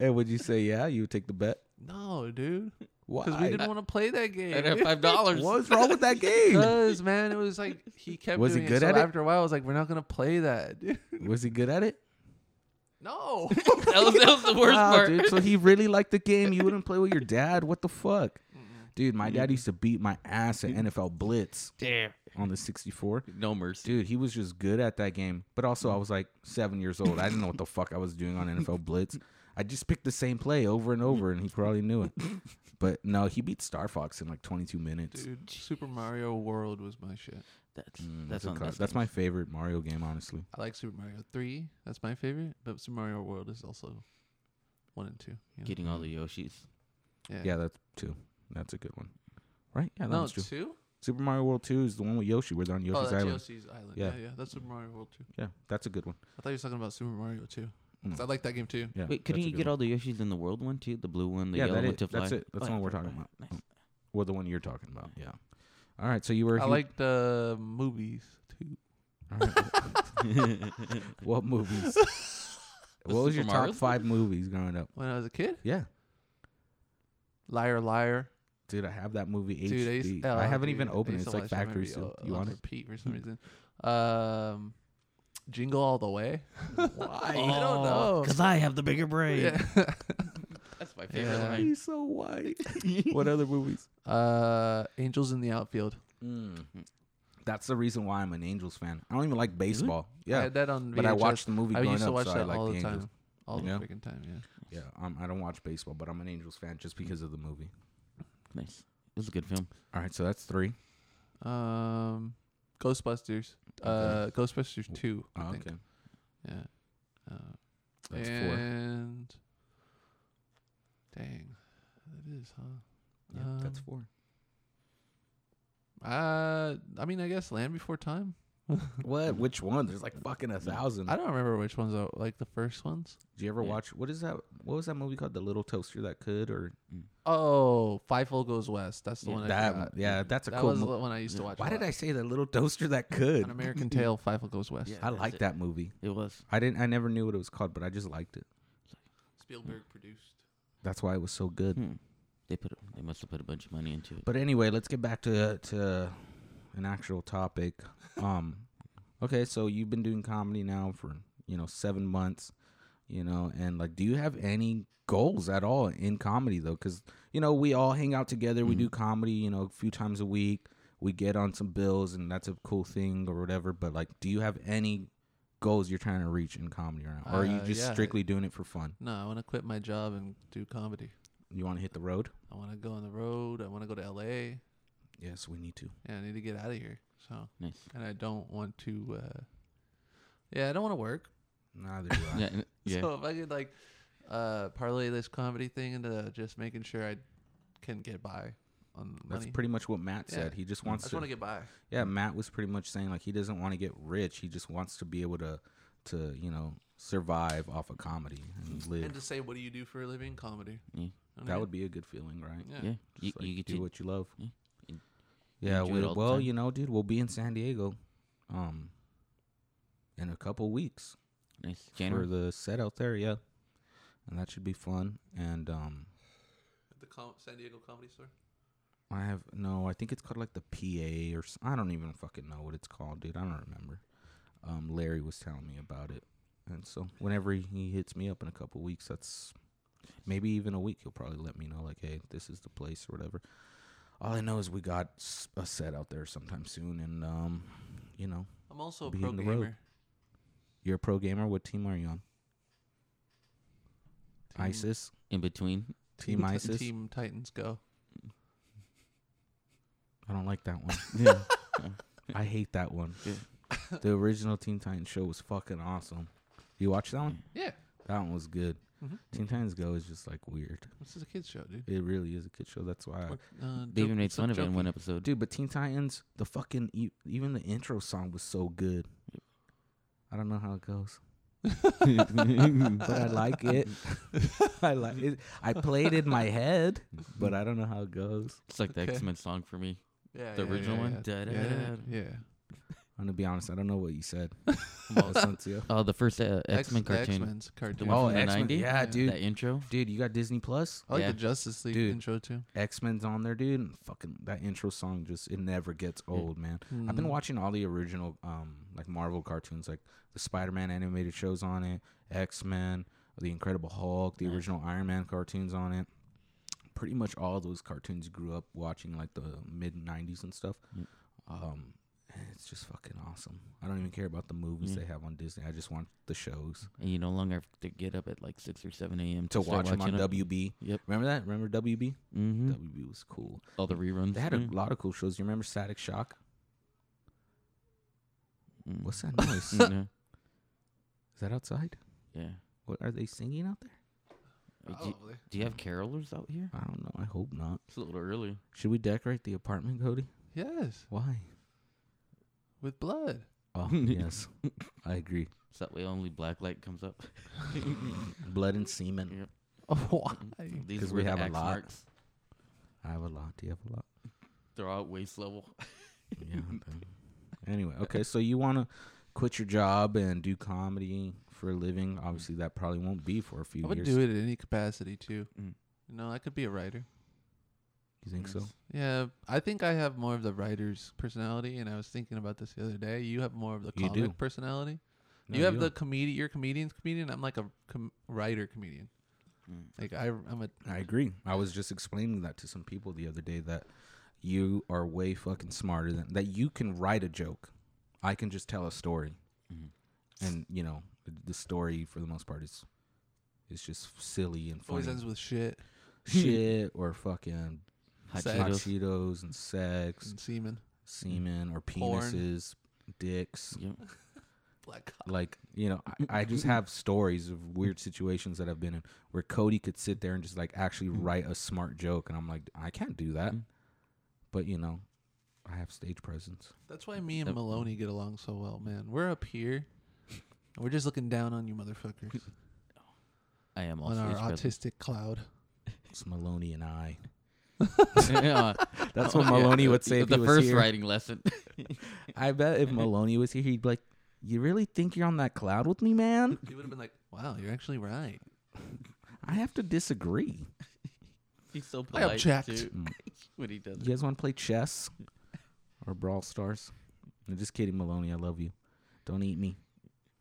S2: and would you say yeah, you would take the bet?
S4: no, dude,
S2: Why?
S4: because we didn't want to play that
S3: I'd have
S4: game.
S3: five dollars.
S2: what was wrong with that game?
S4: Because man, it was like he kept
S2: Was he
S4: doing
S2: good
S4: so
S2: at it?
S4: After a while, I was like, we're not gonna play that. dude."
S2: was he good at it?
S4: no,
S3: that, was, that was the worst
S2: Wow,
S3: part.
S2: dude. So he really liked the game. You wouldn't play with your dad. What the fuck? Dude, my dad used to beat my ass at NFL Blitz
S3: Damn.
S2: on the 64.
S3: No mercy.
S2: Dude, he was just good at that game. But also,
S4: Mm.
S2: I was like seven years old. I didn't know what the fuck I was doing on NFL Blitz. I just picked the same play over and over, and he probably knew it. But no, he beat Star Fox in like 22 minutes.
S4: Dude, Super Mario World was my shit.
S3: That's
S2: Mm,
S3: that's
S2: a
S3: one of the
S2: class-
S3: best
S2: that's my
S3: games.
S2: favorite Mario game, honestly.
S4: I like Super Mario 3. That's my favorite. But Super Mario World is also 1 and 2. you know?
S3: getting all
S2: mm.
S3: the Yoshis.
S4: Yeah.
S2: Yeah, that's two. That's a good one. Right? Yeah, that
S4: no,
S2: one's true.
S4: 2?
S2: Super Mario World 2 is the one with Yoshi where they're on
S4: Oh,
S2: Yoshi's
S4: that's
S2: Island.
S4: Yoshi's Island. Yeah.
S2: Yeah.
S4: yeah, That's Super Mario World 2.
S2: Yeah, that's a good one.
S4: I thought you were talking about Super Mario 2. 'Cause I
S2: Mm.
S4: like that game too.
S2: Yeah,
S3: Wait, couldn't
S2: that's a
S3: you
S2: good
S3: get
S2: one.
S3: all the Yoshis in the world one too? The blue one, the
S2: Yeah,
S3: yellow
S2: that
S3: one
S2: is-
S3: to fly.
S2: that's it. That's
S3: Oh,
S2: the one we're
S3: yeah,
S2: talking
S3: right.
S2: about.
S3: Nice.
S2: Well, the one you're talking about. Yeah. All right. So you were.
S4: I
S2: hu-
S4: like the movies too.
S2: All right. what movies? what was
S3: Super
S2: your
S3: Mario
S2: top five movies growing up?
S4: When I was a kid,
S2: Yeah,
S4: Liar Liar.
S2: dude, I have that movie HD.
S4: Dude, I,
S2: I,
S4: used, oh,
S2: haven't
S4: dude,
S2: even
S4: I
S2: opened it.
S4: used
S2: It's
S4: to
S2: like
S4: watch that
S2: factory
S4: movie
S2: still.
S4: a-
S2: You
S4: on
S2: want it? Hmm.
S4: repeat for some reason. Um, Jingle All the Way. Why? I
S2: Oh,
S4: don't know.
S3: Because I have the bigger brain.
S4: Yeah.
S3: That's my
S4: favorite Yeah. line.
S2: He's so white. what other movies?
S4: Uh, Angels in the Outfield.
S3: Mm-hmm.
S2: That's the reason why I'm an Angels fan. I don't even like baseball.
S4: I
S2: Yeah,
S4: had that on.
S2: but I
S4: VHS.
S2: watched the movie
S4: I
S2: growing
S4: used to
S2: up,
S4: watch
S2: so I
S4: that
S2: like
S4: all
S2: the
S4: the
S2: Angels.
S4: time. All
S2: Yeah.
S4: the freaking time. Yeah.
S2: Yeah, um, I don't watch baseball, but I'm an Angels fan just
S4: Mm-hmm.
S2: because of the movie.
S3: Nice. It was a good film.
S2: All right, so that's three.
S4: Um, Ghostbusters. Uh,
S2: Okay.
S4: Ghostbusters two. I
S2: Oh,
S4: think.
S2: okay,
S4: Yeah. Uh,
S2: that's four.
S4: and dang, that is huh.
S2: Yeah, that's
S4: Um,
S2: four.
S4: Uh, I mean, I guess Land Before Time.
S2: What? Which one? There's like fucking a thousand.
S4: I don't remember which ones are like the first ones.
S2: Do you ever
S3: Yeah.
S2: watch what is that? What was that movie called? The Little Toaster That Could, or
S4: Oh, Fifo Goes West. That's the
S3: Yeah,
S4: one. I
S2: that?
S4: forgot.
S2: yeah, that's a
S4: uh, that
S2: cool.
S4: was
S2: mo-
S4: the one I used to
S3: Yeah.
S4: watch.
S2: Why did I say the Little Toaster That Could?
S4: An American Tale. Fifo Goes West.
S3: Yeah.
S2: I
S3: that's
S2: like
S3: it.
S2: that movie.
S3: It was.
S2: I didn't. I never knew what it was called, but I just liked it.
S4: Spielberg produced.
S2: That's why it was so good.
S3: Hmm. They put. They must have put a bunch of money into it.
S2: But anyway, let's get back to to an actual topic. Um, okay, so you've been doing comedy now for you know seven months, you know, and like, do you have any goals at all in comedy though? Because you know we all hang out together, we do comedy, you know, a few times a week. We get on some bills, and that's a cool thing or whatever. But like, do you have any goals you're trying to reach in comedy right now, or are you
S4: Uh,
S2: just
S4: yeah.
S2: strictly doing it for fun?
S4: No, I want to quit my job and do comedy.
S2: You want to hit the road?
S4: I want to go on the road. I want to go to L.A.
S2: Yes, we need to.
S4: Yeah, I need to get out of here. So,
S3: Nice.
S4: and I don't want to. uh Yeah, I don't want to work.
S2: Neither do I.
S3: Yeah. n- Yeah.
S4: So if I could like uh parlay this comedy thing into just making sure I can get by on
S2: That's
S4: money.
S2: pretty much what Matt
S4: Yeah.
S2: said. He just wants
S4: I just
S2: to
S4: want to get by.
S2: Yeah, Matt was pretty much saying like he doesn't want to get rich. He just wants to be able to to you know survive off of comedy and live.
S4: And to say, what do you do for a living? Comedy.
S3: Yeah.
S4: I mean,
S2: that would be a good feeling, right?
S4: Yeah.
S3: yeah.
S2: Just,
S3: You,
S2: like,
S3: you get
S2: do
S3: to.
S2: what you love.
S3: yeah. And
S2: Yeah,
S3: enjoy it
S2: we,
S3: all the
S2: well,
S3: time.
S2: you know, dude, we'll be in San Diego, um, in a couple weeks
S3: Nice. January.
S2: for the set out there. Yeah, and that should be fun. And um,
S4: At the com- San Diego Comedy Store.
S2: I have no, I think it's called like the PA or s- I don't even fucking know what it's called, dude. I don't remember. Um, Larry was telling me about it, and so whenever he- he hits me up in a couple weeks, that's maybe even a week, he'll probably let me know like, hey, this is the place or whatever. All I know is we got s- a set out there sometime soon, and um, you know,
S4: I'm also a
S2: Be
S4: pro
S2: in the road.
S4: gamer.
S2: you're a pro gamer. What team are you on?
S4: Team-
S2: ISIS,
S3: In between.
S2: team,
S4: Ti-
S2: ISIS.
S4: Team Titans Go.
S2: I don't like that one.
S3: Yeah.
S2: I hate that one. the original Teen Titans show was fucking awesome. You watch that one?
S4: Yeah.
S2: That one was good.
S4: Mhm.
S2: Teen Titans Go is just like weird.
S4: This is a kids show, dude.
S2: It really is a kid show. That's why, I,
S4: Or, uh,
S3: They
S4: joke-
S3: even made
S4: some
S3: fun of it in
S4: joking.
S3: one episode.
S2: dude. But Teen Titans, the fucking e- even the intro song was so good. I don't know how it goes, but I like it. I like it. I played in my head, but I don't know how it goes.
S3: It's like the
S4: Okay.
S3: X Men song for me.
S4: Yeah,
S3: The
S4: yeah,
S3: original
S4: yeah,
S3: one?
S4: Yeah.
S3: Da-da-da-da.
S4: yeah. yeah.
S2: I'm gonna be honest. I don't know what you said.
S3: Oh, the first uh, X Men
S4: X- the
S3: cartoon.
S4: X-Men's cartoon.
S3: one
S2: oh,
S3: from the
S2: X Men.
S3: 90s?
S2: Yeah,
S4: Yeah.
S2: dude.
S3: That intro.
S2: Dude, you got Disney Plus?
S4: I like
S3: Yeah.
S4: the Justice League
S2: Dude.
S4: intro too.
S2: X Men's on there, dude. And fucking that intro song just it never gets old, man. I've
S3: Mm-hmm.
S2: been
S4: Mm.
S2: watching all the original um like Marvel cartoons, like the Spider Man animated shows on it, X Men, the Incredible Hulk, the
S3: Nice.
S2: original Iron Man cartoons on it. pretty much all those cartoons grew up watching, like the mid '90s and stuff.
S3: Yep.
S2: Um, and it's just fucking awesome. I don't even care about the movies
S3: Yeah.
S2: they have on Disney. I just want the shows
S3: and you no longer have to get up at like six or seven a.m.
S2: to
S3: start
S2: watch them on
S3: watching
S2: WB.
S3: Yep.
S2: Remember that? Remember WB?
S3: hmm
S2: WB was cool.
S3: All the reruns.
S2: They had a
S4: Mm-hmm.
S3: Mm.
S2: lot of cool shows. You remember Static Shock?
S3: Mm.
S2: What's that noise? Is
S3: Mm, no.
S2: that outside?
S3: Yeah.
S2: What are they singing out there?
S3: Uh, Do, do you have
S2: Oh.
S3: carolers out here?
S2: I don't know. I hope not.
S3: It's a little early.
S2: Should we decorate the apartment, Cody?
S4: Yes,
S2: Why?
S4: with blood.
S2: Oh, yes. I agree.
S3: So that way only black light comes up.
S2: Blood and semen.
S4: Oh, why?
S3: These
S2: 'Cause
S3: were
S2: we
S3: the
S2: have a
S3: axe
S2: lot.
S3: marks.
S2: I have a lot. Do you have a lot?
S3: They're all at waist level.
S2: Yeah. I do. anyway, okay. So you want to quit your job and do comedy for a living? Obviously, that probably won't be for a few
S4: I would
S2: years.
S4: do it in any capacity too.
S3: Mm.
S4: You know, I could be a writer.
S2: You think so?
S4: Yeah, I think I have more of the writer's personality, and I was thinking about this the other day. You have more of the
S2: You
S4: comic
S2: do.
S4: personality.
S2: No,
S4: you have the
S2: don't.
S4: comedian. You're a comedian's comedian. I'm like a com- writer comedian.
S3: Mm.
S4: Like I, I'm a
S2: I agree. I was just explaining that to some people the other day that you are way fucking smarter than that. You can write a joke. I can just tell a story,
S3: Mhm.
S4: Mm-hmm.
S2: and you know the- the story for the most part is is just silly and funny
S4: always ends with shit
S2: shit or fucumbecause
S3: Hot
S4: Sex.
S2: hot
S3: Cheetos.
S2: Cheetos and sex,
S4: and semen.
S2: semen or
S4: Mm-hmm. Porn.
S2: penises, dicks.
S3: Yep.
S4: Black cock.
S2: Like you know, I, I just have stories of weird situations that I've been in where Cody could sit there and just like actually write a smart joke, and I'm like, I can't do that.
S3: Mm.
S2: But you know, I have stage presence.
S4: That's why me and
S3: Yep.
S4: Maloney get along so well, man. We're up here. and We're just looking down on you, motherfuckers,
S3: I am
S4: on
S3: also
S4: our
S3: age present.
S4: autistic cloud.
S2: It's Maloney and I.
S3: Yeah.
S2: That's
S3: Oh,
S2: what
S3: yeah.
S2: Maloney would say
S3: The
S2: if he was
S3: first
S2: here.
S3: writing lesson.
S2: I bet if Maloney was here, he'd be like, "You really think you're on that cloud with me, man?
S4: He would have been like, "Wow, you're actually right."
S2: I have to disagree.
S3: He's so
S4: I
S3: polite
S4: object.
S3: too
S2: Mm.
S3: when he does
S2: You
S3: it.
S2: guys want to play chess or Brawl Stars? I'm just kidding, Maloney. I love you. Don't eat me.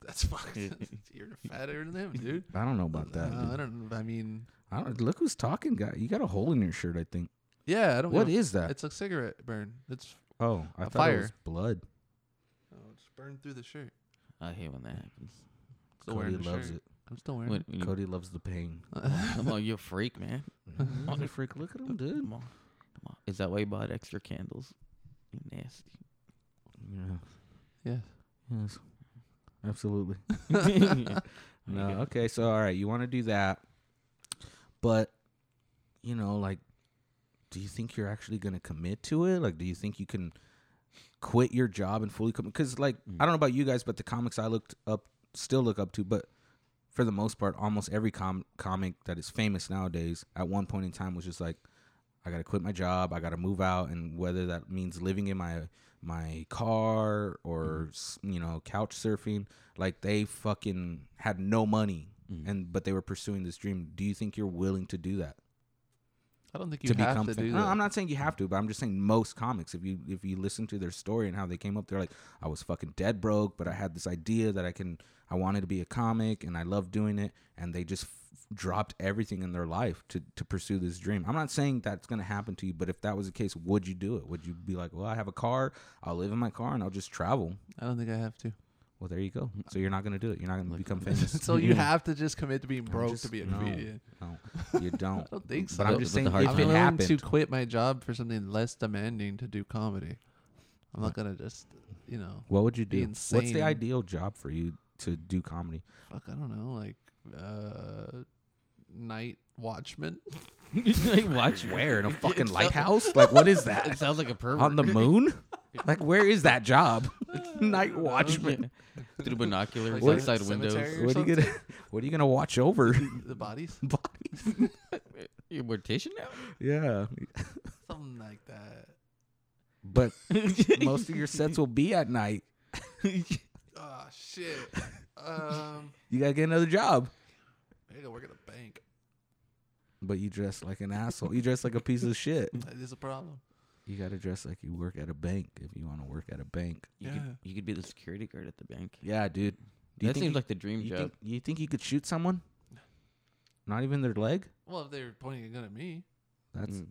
S4: That's fucking. you're fatter than him, dude.
S2: I don't know about that.
S4: Uh, I
S2: dude.
S4: don't. I mean,
S2: I don't. Look who's talking, guy. You got a hole in your shirt. I think.
S4: Oh, yeah, I don't.
S2: What
S4: give
S2: is
S4: a-
S2: that?
S4: It's a cigarette burn. It's
S2: Oh, I
S4: a
S2: thought it
S4: fire.
S2: was blood.
S4: oh, it's burned through the shirt.
S3: I hate when that happens.
S4: Still
S2: Cody
S4: wearing the
S2: loves
S4: shirt. Mm.
S2: it.
S4: I'm still wearing.
S3: When,
S4: it.
S3: when you-
S2: Cody loves the pain.
S3: I'm like, you're a freak, man.
S2: Motherfucker, look at him, dude.
S3: Come on. Come on. Is that why you bought extra candles? You nasty.
S2: Yeah.
S4: Yeah.
S2: Yes. Absolutely.
S3: There you
S2: No.
S3: go.
S2: Okay. So all right, you want to do that, but you know, like, do you think you're actually going to commit to it? Like, do you think you can quit your job and fully commit? Because like,
S3: Mm.
S2: I don't know about you guys, but the comics I looked up, still look up to, but for the most part, almost every com- comic that is famous nowadays, at one point in time, was just like, I gotta quit my job, I gotta move out, and whether that means living in my my car
S3: Mm.
S2: or s you know couch surfing, like they fucking had no money,
S3: Mhm.
S2: and but they were pursuing this dream. Do you think you're willing to do that
S4: I don't think you
S2: to
S4: have
S2: become?
S4: to
S2: fam-
S4: do
S2: No,
S4: that.
S2: I'm not saying you have to, but I'm just saying most comics. If you if you listen to their story and how they came up, they're like, I was fucking dead broke, but I had this idea that I can, I wanted to be a comic, and I love doing it, and they just f- dropped everything in their life to to pursue this dream. I'm not saying that's gonna happen to you, but if that was the case, would you do it? Would you be like, well, I have a car, I'll live in my car, and I'll just travel?
S4: I don't think I have to.
S2: Well, there you go. So you're not gonna do it. You're not gonna
S3: Look,
S2: become famous.
S4: so you have to just commit to being
S2: I'm
S4: broke
S2: just-
S4: to be a
S2: no.
S4: comedian.
S2: No, you don't.
S4: don't think
S2: But
S4: so.
S2: I'm just
S3: But
S2: saying,
S3: the hard
S2: if it
S4: I'm willing
S2: happened,
S4: to quit my job for something less demanding to do comedy. I'm not gonna just, you know,
S2: what would you
S4: be
S2: do? What's
S4: insane.
S2: the ideal job for you to do comedy?
S4: fuck. I don't know, like uh, night watchman.
S3: like, watch
S2: Where in a fucking
S3: sounds-
S2: lighthouse? Like what is
S3: It
S2: that
S3: sounds like a pervert.
S2: on the moon? Like where is that job? Night watchman.
S3: Through binoculars,
S4: Like
S3: outside
S4: a
S3: windows.
S4: cemetery?
S2: What are you gonna What are you gonna watch over?
S4: the bodies,
S2: Bodies.
S3: You're a mortician now?
S2: Yeah,
S4: something like that.
S2: but most of your sets will be at night.
S4: Oh shit. Um,
S2: You gotta get another job.
S4: I gotta work at a bank.
S2: But you dress like an asshole. You dress like a piece of shit.
S4: That is a problem.
S2: You gotta dress like you work at a bank if you want to work at a bank.
S3: You,
S4: Yeah.
S3: could, you could be the security guard at the bank.
S2: Yeah, dude. Do
S3: that seems
S2: you,
S3: like the dream
S2: you
S3: job.
S2: think you think you could shoot someone? Not even their leg.
S4: Well, if they're pointing a gun at me,
S2: That's
S3: Mm.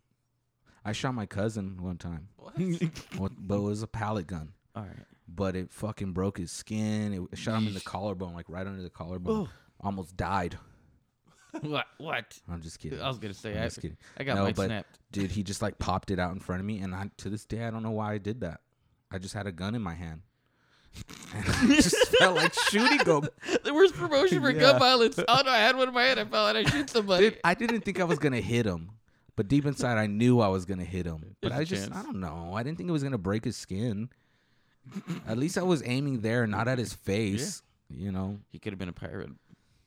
S2: I shot my cousin one time,
S4: What?
S2: What- but it was a pellet gun.
S3: All right.
S2: But it fucking broke his skin. It- It shot him in the collarbone, like right under the collarbone. Almost died.
S3: What? What?
S2: I'm just kidding.
S3: I was gonna say
S2: I'm
S3: I,
S2: just kidding.
S3: I got
S2: No,
S3: mine
S2: but-
S3: snapped.
S2: Dude, he just like popped it out in front of me, and I, to this day I don't know why I did that. I just had a gun in my hand. And I just felt like shooting him.
S3: The worst promotion for
S2: Yeah.
S3: gun violence. Oh no, I had one in my head. I fell and I shoot somebody.
S2: Dude, I didn't think I was gonna hit him, but deep inside I knew I was gonna hit him. But
S3: There's a
S2: I just
S3: chance.
S2: I don't know. I didn't think it was gonna break his skin. at least I was aiming there, not at his face. You know.
S3: he could have been a pirate.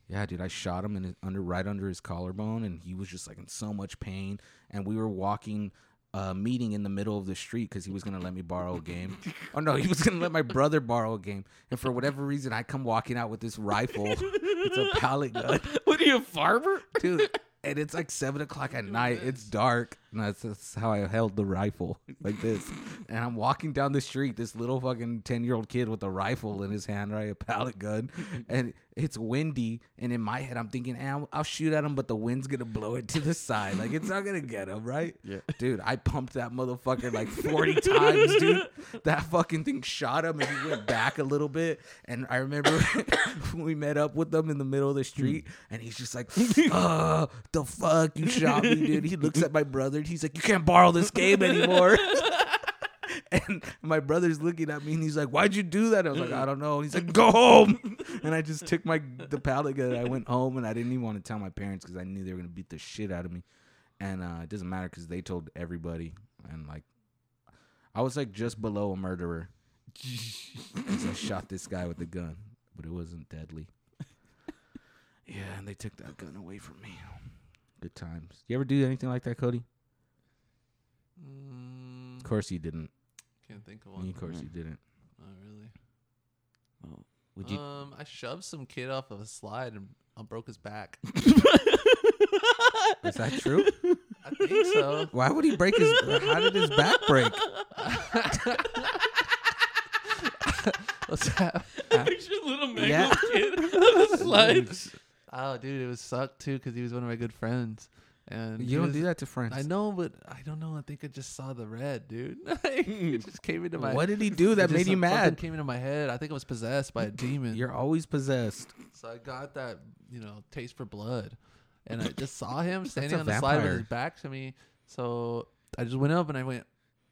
S2: Yeah, dude, I shot him in his under right under his collarbone and he was just like in so much pain and we were walking a meeting in the middle of the street because he was gonna let me borrow a game. oh no, he was gonna let my brother borrow a game. And for whatever reason I come walking out with this rifle. it's a pallet gun
S3: what are you, a farmer?
S2: dude. And it's like seven o'clock at night. It's dark. And that's, that's how I held the rifle like this. And I'm walking down the street, this little fucking 10 year old kid with a rifle in his hand, right? A pallet gun. And it's windy. And in my head, I'm thinking, eh, I'll, I'll shoot at him, but the wind's going to blow it to the side. Like, it's not going to get him, right?
S3: Yeah.
S2: Dude, I pumped that motherfucker like 40 times, dude. That fucking thing shot him and he went back a little bit. And I remember when we met up with him in the middle of the street and he's just like, uh, the fuck, you shot me, dude. He looks at my brother and he's like, you can't borrow this game anymore. And my brother's looking at me and he's like, Why'd you do that? I was like, I don't know. And he's like, Go home. And I just took my the pallet gun. and I went home and I didn't even want to tell my parents because I knew they were gonna beat the shit out of me. And uh, it doesn't matter because they told everybody. And like, I was like just below a murderer. 'Cause I shot this guy with a gun, but it wasn't deadly. Yeah, and they took that gun away from me. Good times. You ever do anything like that, Cody?
S4: Mm,
S2: Of course you didn't.
S4: can't think of one.
S2: Of course you didn't.
S4: Not really.
S3: Oh, Would you?
S4: Um, I shoved some kid off of a slide and I broke his back.
S2: Is that true?
S4: I think so.
S2: Why would he break his? How did his back break?
S4: What's that?
S3: picture little mangled
S2: Yeah.
S3: kid on the slide.
S4: Oh, dude, it was sucked too because he was one of my good friends. And he
S2: You don't
S4: was-
S2: do that to friends.
S4: I know, but I don't know. I think I just saw the red, dude. it just came into my.
S2: What did he do that
S4: just
S2: made you
S4: some- Something
S2: mad?
S4: came into my head. I think I was possessed by a demon.
S2: You're always possessed.
S4: so I got that, you know, taste for blood, and I just saw him standing
S2: a
S4: on the slide with his
S2: vampire.
S4: back to me. So I just went up and I went.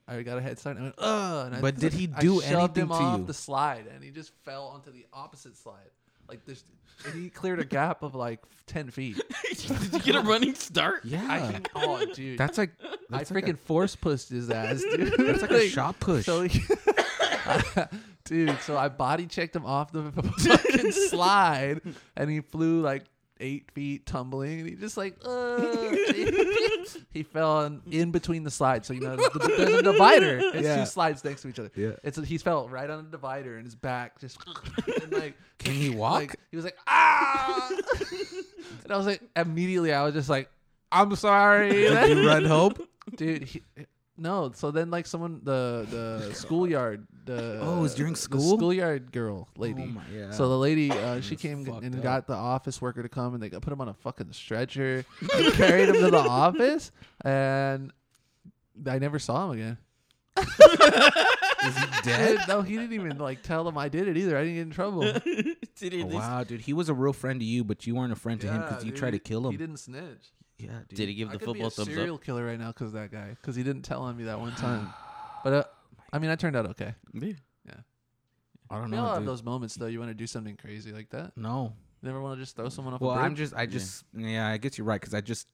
S4: I got a head start and I went, ugh. And I
S2: But did he
S4: I
S2: do
S4: shoved
S2: anything
S4: him
S2: to
S4: off
S2: you?
S4: the slide, and he just fell onto the opposite slide. Like this, and he cleared a gap of like ten feet.
S3: Did you get a running start?
S4: I
S2: Yeah,
S4: can, oh, dude,
S2: that's like
S4: I
S2: that's like
S4: freaking force pushed his ass, dude.
S2: a, that's like a shot push.
S4: So, dude, so I body checked him off the fucking slide, and he flew like eight feet tumbling, and he just like, uh, he fell in, in between the slides. So you know, there's a- there's a divider. It's
S2: Yeah.
S4: two slides next to each other.
S2: Yeah.
S4: It's he fell right on the divider, and his back just and like.
S2: Can he walk?
S4: Like, he was like, ah, and I was like, immediately, I was just like, I'm sorry.
S2: did you run home?
S4: dude he, no so then like someone the the schoolyard the
S2: Oh, it was during
S4: the
S2: school?
S4: schoolyard girl lady
S2: Oh yeah.
S4: so the lady uh, she came
S2: fucked
S4: and
S2: up.
S4: got the office worker to come and they got- put him on a fucking stretcher and carried him to the office and i never saw him again
S2: is he
S4: And
S2: dead?
S4: no he didn't even like tell them i did it either i didn't get in trouble yeah,
S3: Did he, at least-
S2: wow, dude, he was a real friend to you, but you weren't a friend to him because you
S4: dude,
S2: tried to kill
S4: he
S2: him.
S4: didn't snitch
S2: Yeah, dude.
S3: did he give
S4: I
S3: the
S4: could
S3: football
S4: be a
S3: thumbs
S4: serial
S3: up?
S4: killer right now because of that guy because he didn't tell on me that one time but uh, i mean i turned out okay
S2: I don't
S4: We all
S2: know.
S4: have
S2: Dude.
S4: those moments though. You want to do something crazy like that.
S2: No.
S4: You never want to just throw someone off.
S2: Mm. Well,
S4: a bridge?
S2: I'm just, I just, yeah. I guess you're right because I just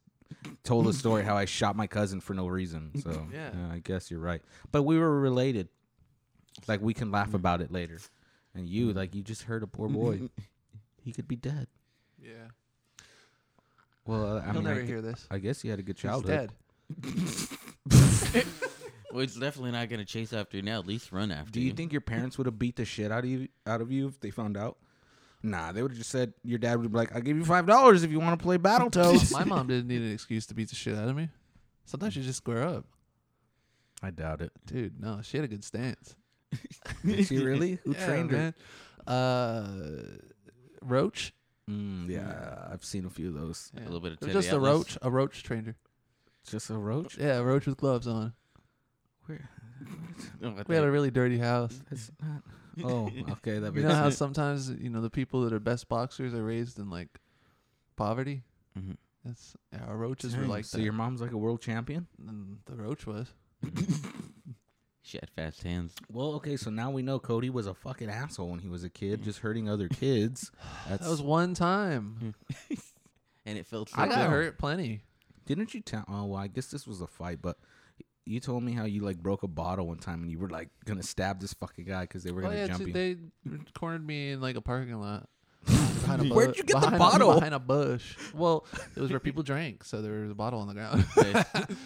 S2: told a story how I shot my cousin for no reason. So
S4: Yeah.
S2: I guess you're right. But we were related. Like we can laugh about it later. And you, like, you just hurt a poor boy. he could be dead.
S4: yeah.
S2: Well, uh, I
S4: He'll
S2: mean,
S4: never
S2: I, gu-
S4: hear this.
S2: I guess you had a good
S4: He's
S2: childhood.
S4: dead.
S3: Well, it's definitely not going to chase after you now. At least run after
S2: Do you think your parents would have beat the shit out of you out of you if they found out? Nah, they would have just said your dad would be like, "I'll give you five dollars if you want to play Battletoads."
S4: My mom didn't need an excuse to beat the shit out of me. Sometimes you just square up,
S2: I doubt it.
S4: dude. No, she had a good stance.
S2: Did she really? Who
S4: Yeah,
S2: trained her?
S4: man. Uh, roach.
S2: Mm, yeah, I've seen a few of those.
S4: Yeah.
S3: little bit of
S4: It was
S3: Teddy
S4: just a
S3: Atlas.
S4: roach. A roach trained her.
S2: Just a roach?
S4: Yeah, roach with gloves on.
S2: Where?
S3: No, Oh, I
S4: We had a
S3: think-
S4: really dirty house.
S2: That's not. Oh, okay. That
S4: You
S2: makes
S4: know how
S2: sense.
S4: sometimes you know the people that are best boxers are raised in like poverty.
S3: Mhm.
S4: That's our roaches were
S2: Dang,
S4: like
S2: so
S4: that.
S2: your mom's like a world champion?
S4: Mm, the roach was.
S3: She had fast hands.
S2: Well, okay, so now we know Cody was a fucking asshole when he was a kid, just hurting other kids. That's,
S4: That was one time.
S3: And it felt so
S4: I got
S3: good.
S4: hurt plenty.
S2: didn't you tell? Oh, well, I guess this was a fight, but you told me how you like broke a bottle one time and you were like gonna stab this fucking guy because they were
S4: Oh
S2: gonna
S4: yeah,
S2: jump
S4: t-
S2: you.
S4: they cornered me in like a parking lot. Behind a
S2: Where'd
S4: bu-
S2: you get the
S4: behind a-
S2: bottle?
S4: behind a bush. Well, it was where people drank, so there was a bottle on the ground.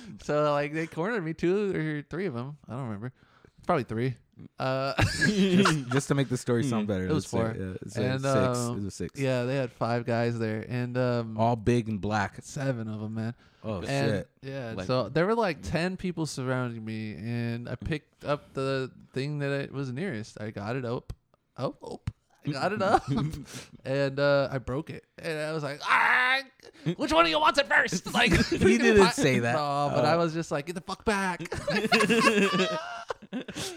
S4: so like they cornered me, two or three of them. I don't remember. It's probably three. Uh,
S2: just, just to make the story sound better,
S4: Mm-hmm. It was
S2: let's
S4: four.
S2: Say, yeah, it's
S4: And,
S2: like six.
S4: uh,
S2: it was six.
S4: yeah, they had five guys there, and um,
S2: all big and black.
S4: seven of them, man.
S2: Oh
S4: and
S2: shit!
S4: yeah,
S3: Like-
S4: so there were like ten people surrounding me, and
S2: Mm-hmm.
S4: I picked up the thing that it was nearest. I got it up, up, up. I got it up, and uh, I broke it, and I was like, ah, "Which one of you wants it first? Like,
S2: He didn't say that.
S4: No, but I
S2: Oh.
S4: was just like, "Get the fuck back!"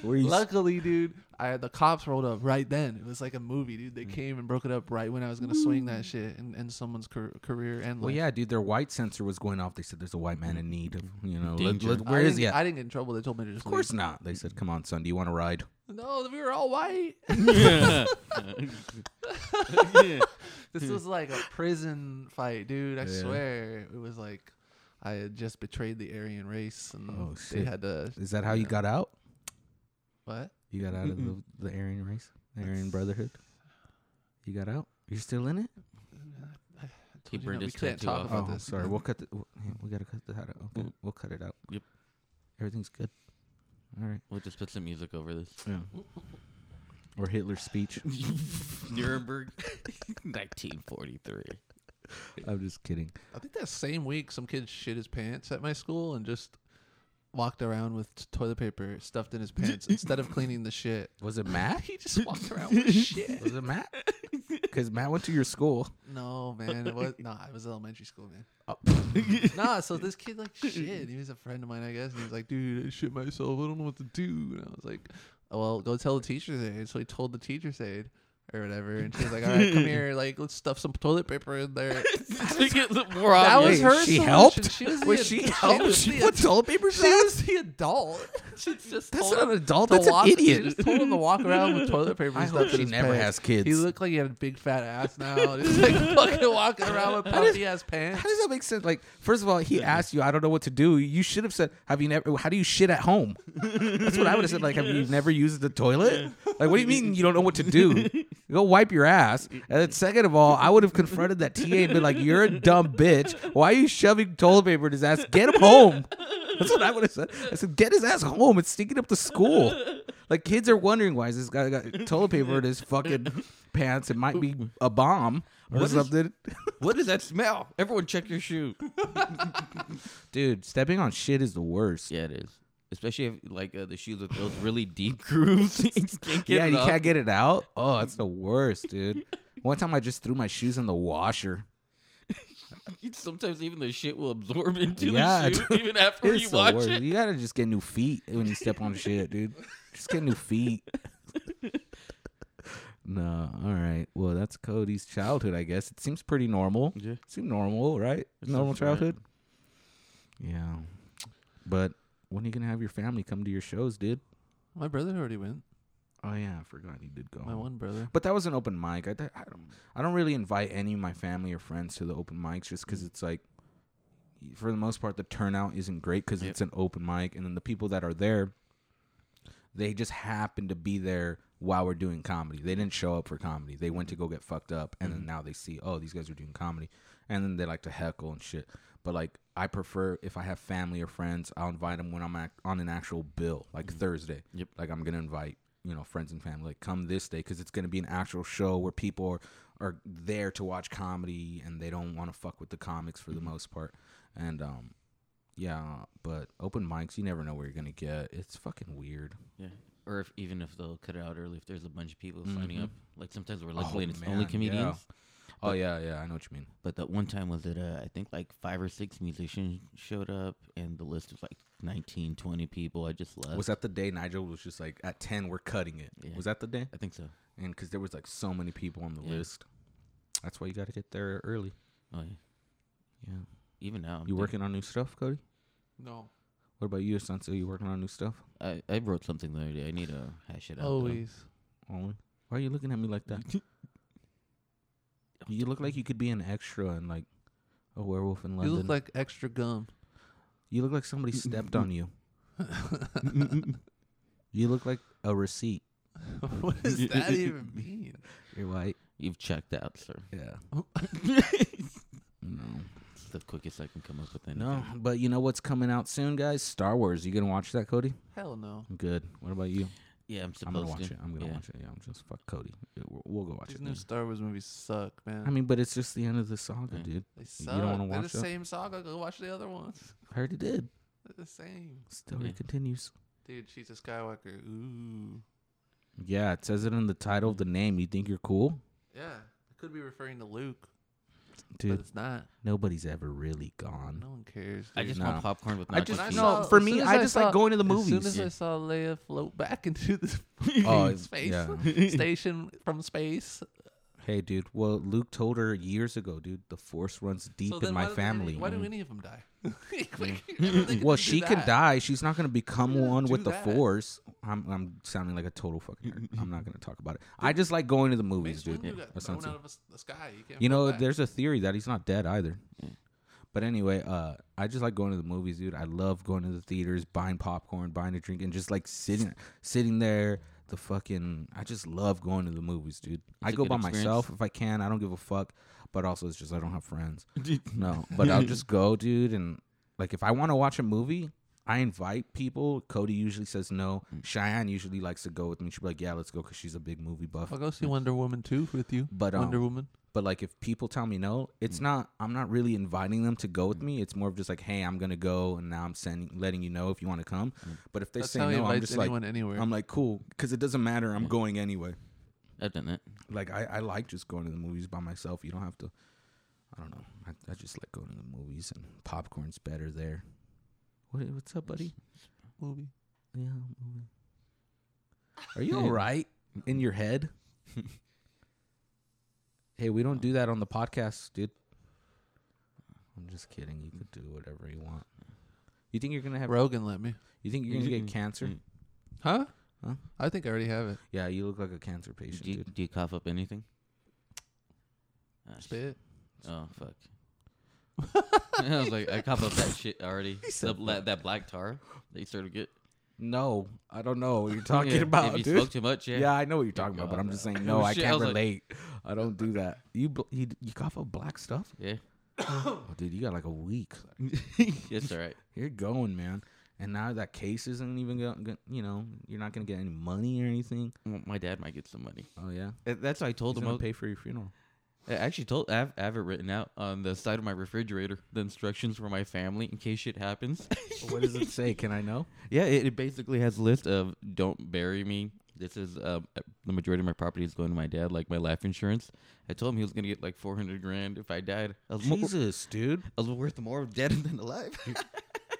S2: Were you
S4: Luckily, dude, I the cops rolled up right then. It was like a movie, dude.
S2: Mm.
S4: They came and broke it up right when I was gonna swing that shit and end someone's car- career and
S2: Well,
S4: life.
S2: yeah, dude, their white sensor was going off. They said there's a white man in need of, you know, let,
S3: Danger.
S2: let, where
S4: I
S2: is
S4: didn't-
S2: he at?
S4: I didn't get in trouble. They told me to just
S2: of course not. They said, come on, son, do you want to ride?
S4: No, we were all white. this was like a prison fight, dude. I
S2: Yeah.
S4: swear. It was like I had just betrayed the Aryan race and
S2: Oh,
S4: they
S2: shit.
S4: had to
S2: Is that how you got out?
S4: what?
S2: You got out of the, the Aryan race, the Aryan
S4: That's-
S2: Brotherhood? You got out? You're still in it?
S4: I told
S3: He
S4: you
S3: burned
S4: no,
S3: his
S4: we can't
S3: tattoo
S4: talk
S3: off.
S4: about
S2: oh,
S4: this.
S2: sorry. We'll cut the, w- yeah, we got to cut that out. Okay. We'll cut it out.
S3: Yep.
S2: Everything's good. All right.
S3: We'll just put some music over this.
S2: Yeah. Or Hitler's speech.
S3: Nuremberg, 1943.
S2: I'm just kidding.
S4: I think that same week some kid shit his pants at my school and just walked around with t- toilet paper stuffed in his pants instead of cleaning the shit.
S2: Was it Matt?
S4: He just walked around with shit.
S2: Was it Matt? Because Matt went to your school.
S4: No, man, it was nah. It was elementary school, man. nah, so this kid like shit. He was a friend of mine, I guess. And he was like, "Dude, I shit myself. I don't know what to do." And I was like, oh, "Well, go tell the teacher's aide." So he told the teacher's aide or whatever, and she was like, "All right, come here. Like, let's stuff some toilet paper in there." that was
S2: Hey,
S4: her.
S2: She
S4: solution.
S2: helped.
S4: She was, the
S2: Was
S4: ad-
S2: she
S4: She
S2: helped?
S4: was,
S2: Oh, She
S4: the,
S2: put
S4: ad-
S2: toilet paper.
S4: she was the adult. She just
S2: That's
S4: told
S2: not an
S4: him
S2: adult.
S4: to
S2: That's
S4: walk-
S2: an
S4: She
S2: idiot.
S4: just told him to walk around with toilet paper.
S2: I
S4: stuffed
S2: hope
S4: in
S2: she
S4: his
S2: never
S4: pants.
S2: has kids.
S4: He looked like he had a big fat ass now. and He's like fucking walking around with puffy ass pants.
S2: How does that make sense? Like, first of all, he asked you, I don't know what to do. You should have said, Have you never, how do you shit at home? That's what I would have said. Like, have you never used the toilet? Like, what do you mean you don't know what to do? Go wipe your ass. And then, second of all, I would have confronted that TA and been like, You're a dumb bitch. Why are you shoving toilet paper in his ass? Get him home. That's what I would have said. I said, Get his ass home. It's stinking up the school. Like, kids are wondering why is this guy got toilet paper in his fucking pants. It might be a bomb or
S3: What is-
S2: something.
S3: What is that smell? Everyone, check your shoe.
S2: Dude, stepping on shit is the worst.
S3: Yeah, it is. Especially if like uh, the shoes with those really deep grooves. you can't get
S2: yeah,
S3: it
S2: you
S3: up.
S2: can't get it out. Oh, that's the worst, dude. One time I just threw my shoes in the washer.
S3: Sometimes even the shit will absorb into
S2: Yeah,
S3: the shoe,
S2: dude.
S3: even after
S2: It's
S3: you
S2: the
S3: watch
S2: worst.
S3: it.
S2: You gotta just get new feet when you step on shit, dude. Just get new feet. no, all right. Well, that's Cody's childhood, I guess. It seems pretty normal.
S3: Yeah.
S2: Seemed normal, right?
S3: It's
S2: normal
S3: just random.
S2: childhood. Yeah, but when are you gonna have your family come to your shows, dude?
S4: My brother already went.
S2: Oh yeah, I forgot you did go.
S4: My one brother.
S2: But that was an open mic. I, th- I don't I don't really invite any of my family or friends to the open mics just
S3: Mm.
S2: because it's like, for the most part, the turnout isn't great because
S3: Yep.
S2: it's an open mic, and then the people that are there, they just happen to be there while we're doing comedy. They didn't show up for comedy. They
S3: Mm.
S2: went to go get fucked up, and
S3: Mm-hmm.
S2: then now they see, oh, these guys are doing comedy, and then they like to heckle and shit. But like, I prefer if I have family or friends, I'll invite them when I'm ac- on an actual bill, like Thursday.
S3: Mm. Yep.
S2: Like I'm gonna invite you know friends and family like come this day because it's gonna be an actual show where people are are there to watch comedy and they don't want to fuck with the comics for the
S3: Mm-hmm.
S2: most part. And um, yeah, but open mics, you never know where you're gonna get. It's fucking weird.
S3: Yeah. Or if even if they'll cut it out early, if there's a bunch of people signing
S2: Mhm.
S3: up, like sometimes we're lucky
S2: Oh,
S3: and it's
S2: man,
S3: only
S2: yeah.
S3: comedians.
S2: Oh yeah, yeah, I know what you mean.
S3: But that one time was it, uh, I think like five or six musicians showed up, and the list was like 19, 20 people. I just left.
S2: Was that the day Nigel was just like at ten we're cutting it?
S3: Uh, Yeah.
S2: Was that the day?
S3: I think so.
S2: And because there was like so many people on the
S3: Yeah.
S2: list, that's why you got to get there early.
S3: Oh yeah, yeah. Even now,
S2: You
S3: I'm thinking-
S2: working on new stuff, Cody?
S4: No.
S2: What about you, Sansa? You working on new stuff?
S3: I, I wrote something the other day. I need to hash it out. though.
S4: Always.
S2: Owen? Why are you looking at me like that? you look like you could be an extra in like a werewolf in
S4: You
S2: London.
S4: look like extra gum.
S2: You look like somebody stepped on you. you look like a receipt.
S4: what does that even mean?
S2: You're white.
S3: You've checked out, sir.
S2: Yeah. no.
S3: It's the quickest I can come up with. Anything.
S2: No, but you know what's coming out soon, guys? Star Wars. You gonna watch that, Cody?
S4: Hell no.
S2: Good. What about you?
S3: Yeah, I'm
S2: I'm
S3: supposed
S2: gonna watch
S3: to.
S2: it. I'm gonna
S3: Yeah.
S2: watch it. Yeah, I'm just fuck Cody. Yeah, we'll, we'll go watch
S4: These
S2: it.
S4: new
S2: then.
S4: Star Wars movies suck, man.
S2: I mean, but it's just the end of the saga,
S3: Yeah.
S2: dude.
S4: they suck.
S2: don't wanna
S4: They're
S2: watch
S4: the
S2: that?
S4: same saga. Go watch the other ones.
S2: I heard it did.
S4: They're the same.
S2: Story
S3: Yeah.
S2: continues.
S4: Dude, she's a Skywalker. Ooh.
S2: Yeah, it says it in the title of the name. You think you're cool?
S4: Yeah. It could be referring to Luke, but
S2: Dude,
S4: it's not.
S2: nobody's ever really gone.
S4: No one cares.
S3: I
S4: dude.
S3: just
S2: No.
S3: want popcorn with.
S2: I
S3: nacho
S2: just-
S4: When
S3: cheese.
S2: no, for
S4: as
S2: me,
S4: soon as
S2: I just like going to the
S4: As soon
S2: movies.
S4: as I
S3: Yeah.
S4: saw Leia float back into the
S2: Oh,
S4: space
S2: yeah.
S4: station from space,
S2: Hey, dude. Well, Luke told her years ago, dude. The Force runs deep
S4: So
S2: in
S4: then
S2: my
S4: why do
S2: family. Mm.
S4: Any, why do any of them die? Everything
S2: well,
S4: do
S2: she can
S4: that.
S2: die. She's not going to become
S4: Yeah,
S2: one
S4: do
S2: with the
S4: that.
S2: Force. I'm, I'm sounding like a total fucking nerd. I'm not going to talk about it. I just like going to the movies,
S4: Mace
S2: dude.
S4: Windu
S2: or
S4: got thrown
S2: something.
S4: out of a s- the sky. You, can't
S2: You know,
S4: fight back.
S2: there's a theory that he's not dead either. But anyway, uh, I just like going to the movies, dude. I love going to the theaters, buying popcorn, buying a drink, and just like sitting, sitting there. The fucking, I just love going to the movies, dude. I
S3: a
S2: go
S3: good
S2: by
S3: experience.
S2: myself if I can. I don't give a fuck. But also, it's just I don't have friends. no, but I'll just go, dude. And like, if I want to watch a movie, I invite people. Cody usually says no.
S3: Mm.
S2: Cheyenne usually likes to go with me. She'll be like, "Yeah, let's go," because she's a big movie buff.
S4: I'll go see Wonder Woman too with you.
S2: But, um,
S4: Wonder Woman.
S2: But like if people tell me no, it's not I'm not really inviting them to go with me. It's more of just like, hey, I'm gonna go and now I'm sending letting you know if you want to come. But if they
S4: That's
S2: say
S4: how he
S2: no, I'm
S4: invites
S2: just like
S4: anyone anywhere.
S2: I'm like cool because it doesn't matter. I'm going anyway.
S3: I've done that.
S2: Like I, I like just going to the movies by myself. You don't have to. I don't know. I, I just like going to the movies and popcorn's better there. What, what's up, buddy?
S4: movie.
S2: Yeah. movie. Are you all right in your head? hey, we don't do that on the podcast, dude. I'm just kidding. You could do whatever you want. You think you're gonna have?
S4: Rogan let me.
S2: You think you're gonna get cancer?
S4: Huh?
S2: Huh?
S4: I think I already have it.
S2: Yeah, you look like a cancer patient,
S3: Do you,
S2: dude.
S3: do you cough up anything? Ah, shit.
S4: Spit.
S3: Oh fuck. I was like, I cough up that shit already. The
S2: said
S3: bla- that black tar that you started to get.
S2: No, I don't know what you're talking about,
S3: If you
S2: dude.
S3: smoke too much, yeah.
S2: yeah, I know what you're talking about, but
S3: God,
S2: I'm just
S3: no.
S2: saying, no, I
S3: Shit, I
S2: can't
S3: was like-
S2: relate. I don't do that. You bl- you, you cough up black stuff?
S3: Yeah.
S2: Oh, dude, you got like a week.
S3: It's all right.
S2: You're going, man. And now that case isn't even going, go, you know, you're not going to get any money or anything.
S3: Well, My dad might get some money.
S2: Oh, yeah.
S3: That's why I told
S2: He's
S3: him. I,
S2: going to pay for your funeral.
S3: I actually told. I have, I have it written out on the side of my refrigerator. The instructions for my family in case shit happens.
S2: what does it say? Can I know?
S3: yeah, it, it basically has a list of don't bury me. This is uh, the majority of my property is going to my dad, like my life insurance. I told him he was gonna get like four hundred grand if I died. I was, mo-
S2: Jesus, dude.
S3: I was worth more dead than alive.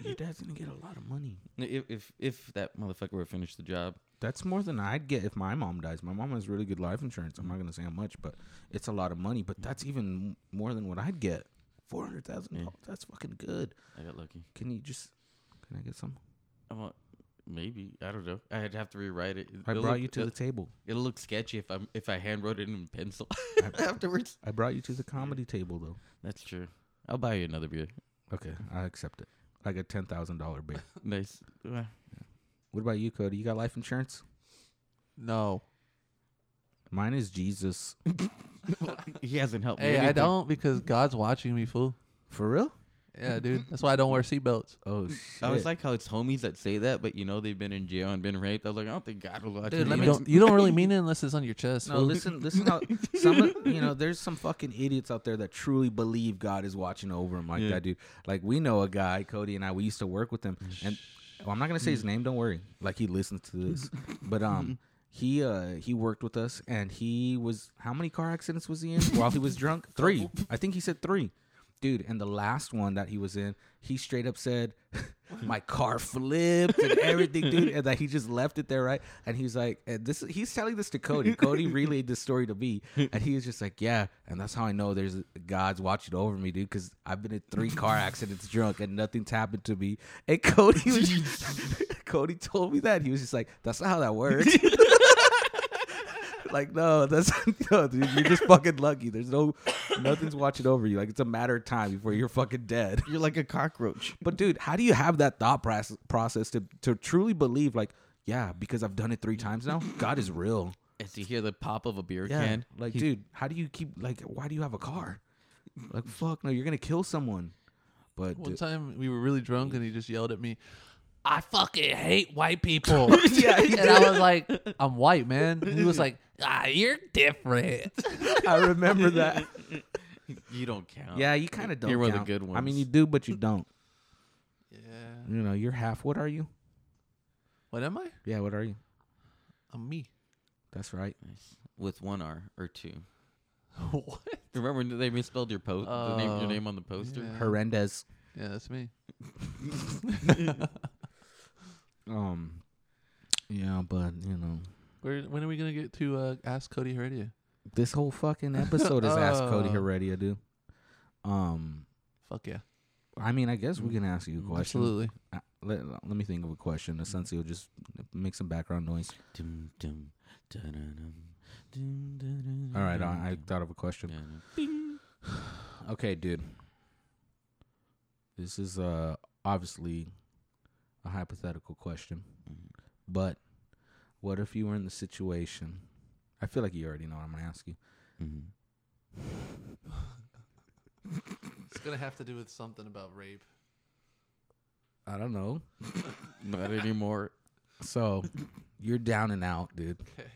S2: Your dad's going to get a lot of money.
S3: if, if if that motherfucker would finish the job,
S2: That's more than I'd get if my mom dies. My mom has really good life insurance. I'm not going to say how much, but it's a lot of money. But that's even more than what I'd get. $400,000.
S3: Yeah.
S2: That's fucking good.
S3: I got lucky.
S2: Can you just, can I get some?
S3: I want maybe I don't know. I'd have to rewrite it.
S2: I
S3: It'll
S2: brought
S3: look-
S2: you to the
S3: it'll,
S2: table.
S3: it'll look sketchy if I'm if I hand wrote it in pencil
S2: I-
S3: afterwards.
S2: I brought you to the comedy table, though.
S3: That's true. I'll buy you another beer.
S2: Okay, I accept it. Like a $10,000 bill.
S3: Nice. Uh,
S2: What about you, Cody? You got life insurance?
S4: No.
S2: Mine is Jesus.
S3: he hasn't helped me.
S4: Hey, I
S3: anything.
S4: don't because God's watching me, fool.
S2: For real?
S4: Yeah, dude. That's why I don't wear seatbelts.
S2: Oh shit!
S3: I was like how it's homies that say that, but you know they've been in jail and been raped. I was like, I don't think God will watch
S4: Dude,
S3: me.
S4: you don't, you don't really mean it unless it's on your chest.
S2: no,
S4: fool.
S2: listen, listen. How, some, of- you know, there's some fucking idiots out there that truly believe God is watching over them, like
S3: Yeah.
S2: that dude. Like we know a guy, Cody and I. We used Mm. to work with him, and well, I'm not gonna say his name. Don't worry. Like he listens to this, but um, He uh he worked with us and he was how many car accidents was he in while he was drunk? Three. I think he said three. Dude, and the last one that he was in, he straight up said, "My car flipped and everything, dude," and that he just left it there, right? And he's like, and "This." He's telling this to Cody. Cody relayed this story to me, and he was just like, "Yeah," and that's how I know there's God's watching over me, dude, because I've been in three car accidents drunk and nothing's happened to me. And Cody was, Cody told me that he was just like, "That's not how that works." like no that's no dude you're just fucking lucky there's no nothing's watching over you like it's a matter of time before you're fucking dead
S5: You're like a cockroach.
S2: but dude how do you have that thought process, process to to truly believe like yeah because i've done it three times now god is real
S3: As you hear the pop of a beer
S2: yeah
S3: can,
S2: like
S3: he-
S2: dude how do you keep like why do you have a car like fuck no you're gonna kill someone but
S4: One
S2: dude-
S4: time we were really drunk and he just yelled at me, I fucking hate white people.
S2: yeah he
S4: and
S2: did.
S4: I was like, I'm white, man. And he was like, ah, you're different.
S2: i remember that
S3: you don't count.
S2: yeah you kind of don't
S3: You're one of the
S2: count.
S3: good
S2: i mean
S3: ones.
S2: you do but you don't
S4: Yeah.
S2: you know you're half what are you
S4: What am I?
S2: yeah what are you
S4: I'm me.
S2: that's right
S3: Nice. with one R or two.
S4: what?
S3: Remember they misspelled your post, the name,
S4: Oh,
S3: your name on the poster.
S4: yeah.
S2: horrendous
S4: Yeah, that's me.
S2: Um, yeah, but you know,
S4: Where, when are we going to get to uh, Ask Cody Heredia?
S2: this whole fucking episode is ask Cody
S4: Oh.
S2: Heredia, dude. Um,
S4: Fuck yeah.
S2: I mean, I guess we can ask you a question.
S4: Absolutely.
S2: Uh, let, let me think of a question. Essentially, will just make some background noise.
S3: Dum, dum, da-da-dum, dum, da-da-dum,
S2: All right, I,
S3: dum,
S2: I
S3: dum,
S2: thought of a question.
S3: da-dum.
S2: Okay, dude. This is uh obviously a hypothetical question. But what if you were in the situation? I feel like you already know what I'm going to ask you.
S3: Mhm.
S4: It's going to have to do with something about rape.
S2: I don't know.
S3: Not anymore.
S2: So, you're down and out, dude.
S4: Okay.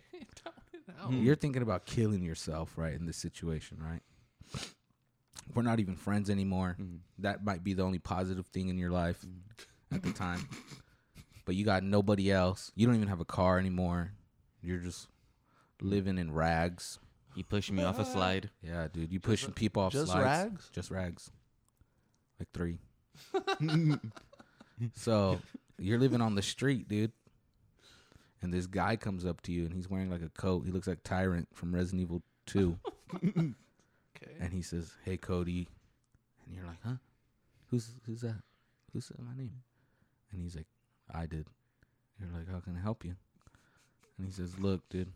S4: Oh.
S2: You're
S4: Mm-hmm.
S2: thinking about killing yourself, right, in this situation, right? We're not even friends anymore.
S4: Mm-hmm.
S3: Mhm.
S2: That might be the only positive thing in your life at the time. but you got nobody else. You don't even have a car anymore. You're just
S4: Mm-hmm.
S2: living in rags.
S3: He pushed me off a slide.
S2: Yeah, dude. You pushing people off
S4: just
S2: slides.
S4: rags?
S2: Just rags. Like three. so you're living on the street, dude. And this guy comes up to you and he's wearing like a coat. He looks like Tyrant from Resident Evil 2.
S4: Okay.
S2: and he says, "Hey, Cody," and you're like, "Huh? Who's who's that? Who said my name?" And he's like, "I did." You're like, "How can I help you?" And he says, "Look, dude,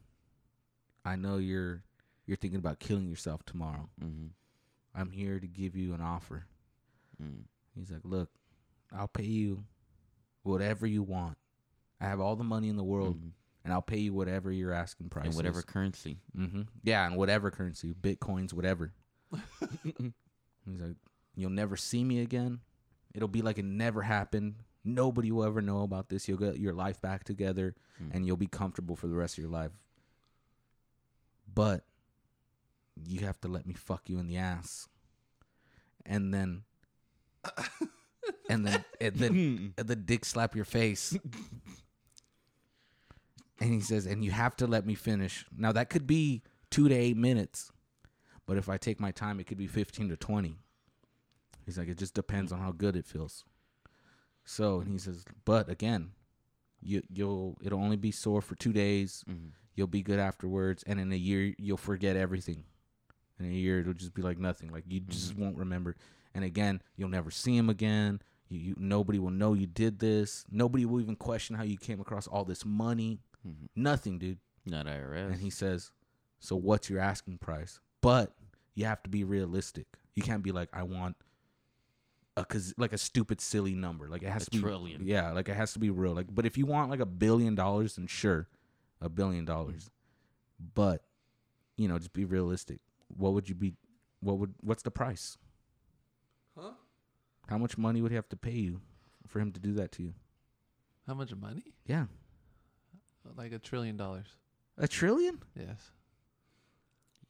S2: I know you're you're thinking about killing yourself tomorrow.
S3: Mhm.
S2: I'm here to give you an offer."
S3: Mm.
S2: He's like, "Look, I'll pay you whatever you want. I have all the money in the world,
S3: Mhm.
S2: and I'll pay you whatever your asking price
S3: And whatever
S2: is."
S3: currency.
S2: Mm-hmm. Yeah, and whatever currency, bitcoins, whatever. He's like, you'll never see me again. It'll be like it never happened. Nobody will ever know about this. You'll get your life back together, and you'll be comfortable for the rest of your life. But you have to let me fuck you in the ass, and then, and then, and then, and then, dick slap your face. And he says, and you have to let me finish. Now, that could be two to eight minutes, but if I take my time, it could be 15 to 20. He's like, it just depends on how good it feels. So, and he says, but again, you, you'll it'll only be sore for two days.
S3: Mm-hmm.
S2: You'll be good afterwards, and in a year you'll forget everything. In a year it'll just be like nothing. Like you just won't remember. And again, you'll never see him again. You, you nobody will know you did this. Nobody will even question how you came across all this money. Nothing, dude.
S3: Not IRS.
S2: And he says, So what's your asking price? But you have to be realistic. You can't be like, I want a cause like a stupid silly number. Like it has
S3: A
S2: to be
S3: trillion.
S2: Yeah, like it has to be real. Like but if you want like a billion dollars, then sure, a billion dollars. But, you know, just be realistic. What would you be what would what's the price?
S4: Huh?
S2: How much money would he have to pay you for him to do that to you?
S4: How much money?
S2: Yeah.
S4: Like a trillion dollars.
S2: A trillion?
S4: Yes.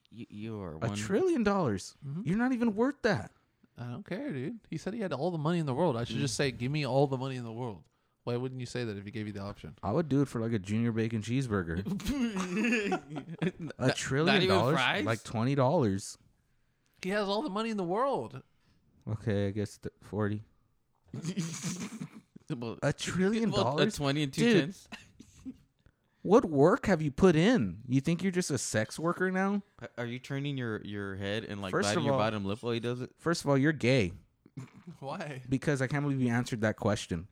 S3: you, you are
S2: A
S3: one. Mm-hmm.
S2: trillion dollars.
S4: Mhm.
S2: You're not even worth that.
S4: I don't care, dude. He said he had all the money in the world. I should just say, give me all the money in the world. Why wouldn't you say that if he gave you the option?
S2: I would do it for like a junior bacon cheeseburger. A trillion
S3: even
S2: dollars,
S3: fries?
S2: like twenty dollars.
S4: He has all the money in the world.
S2: Okay, I guess th- forty.
S3: Well,
S2: A trillion
S3: well, a
S2: dollars.
S3: twenty and two
S2: Dude.
S3: cents.
S2: What work have you put in? You think you're just a sex worker now?
S3: Are- Are you turning your your head and like
S2: First
S3: biting
S2: of
S3: your
S2: all-
S3: bottom lip while he does it?
S2: First of all, you're gay
S4: Why?
S2: because I can't believe you answered that question.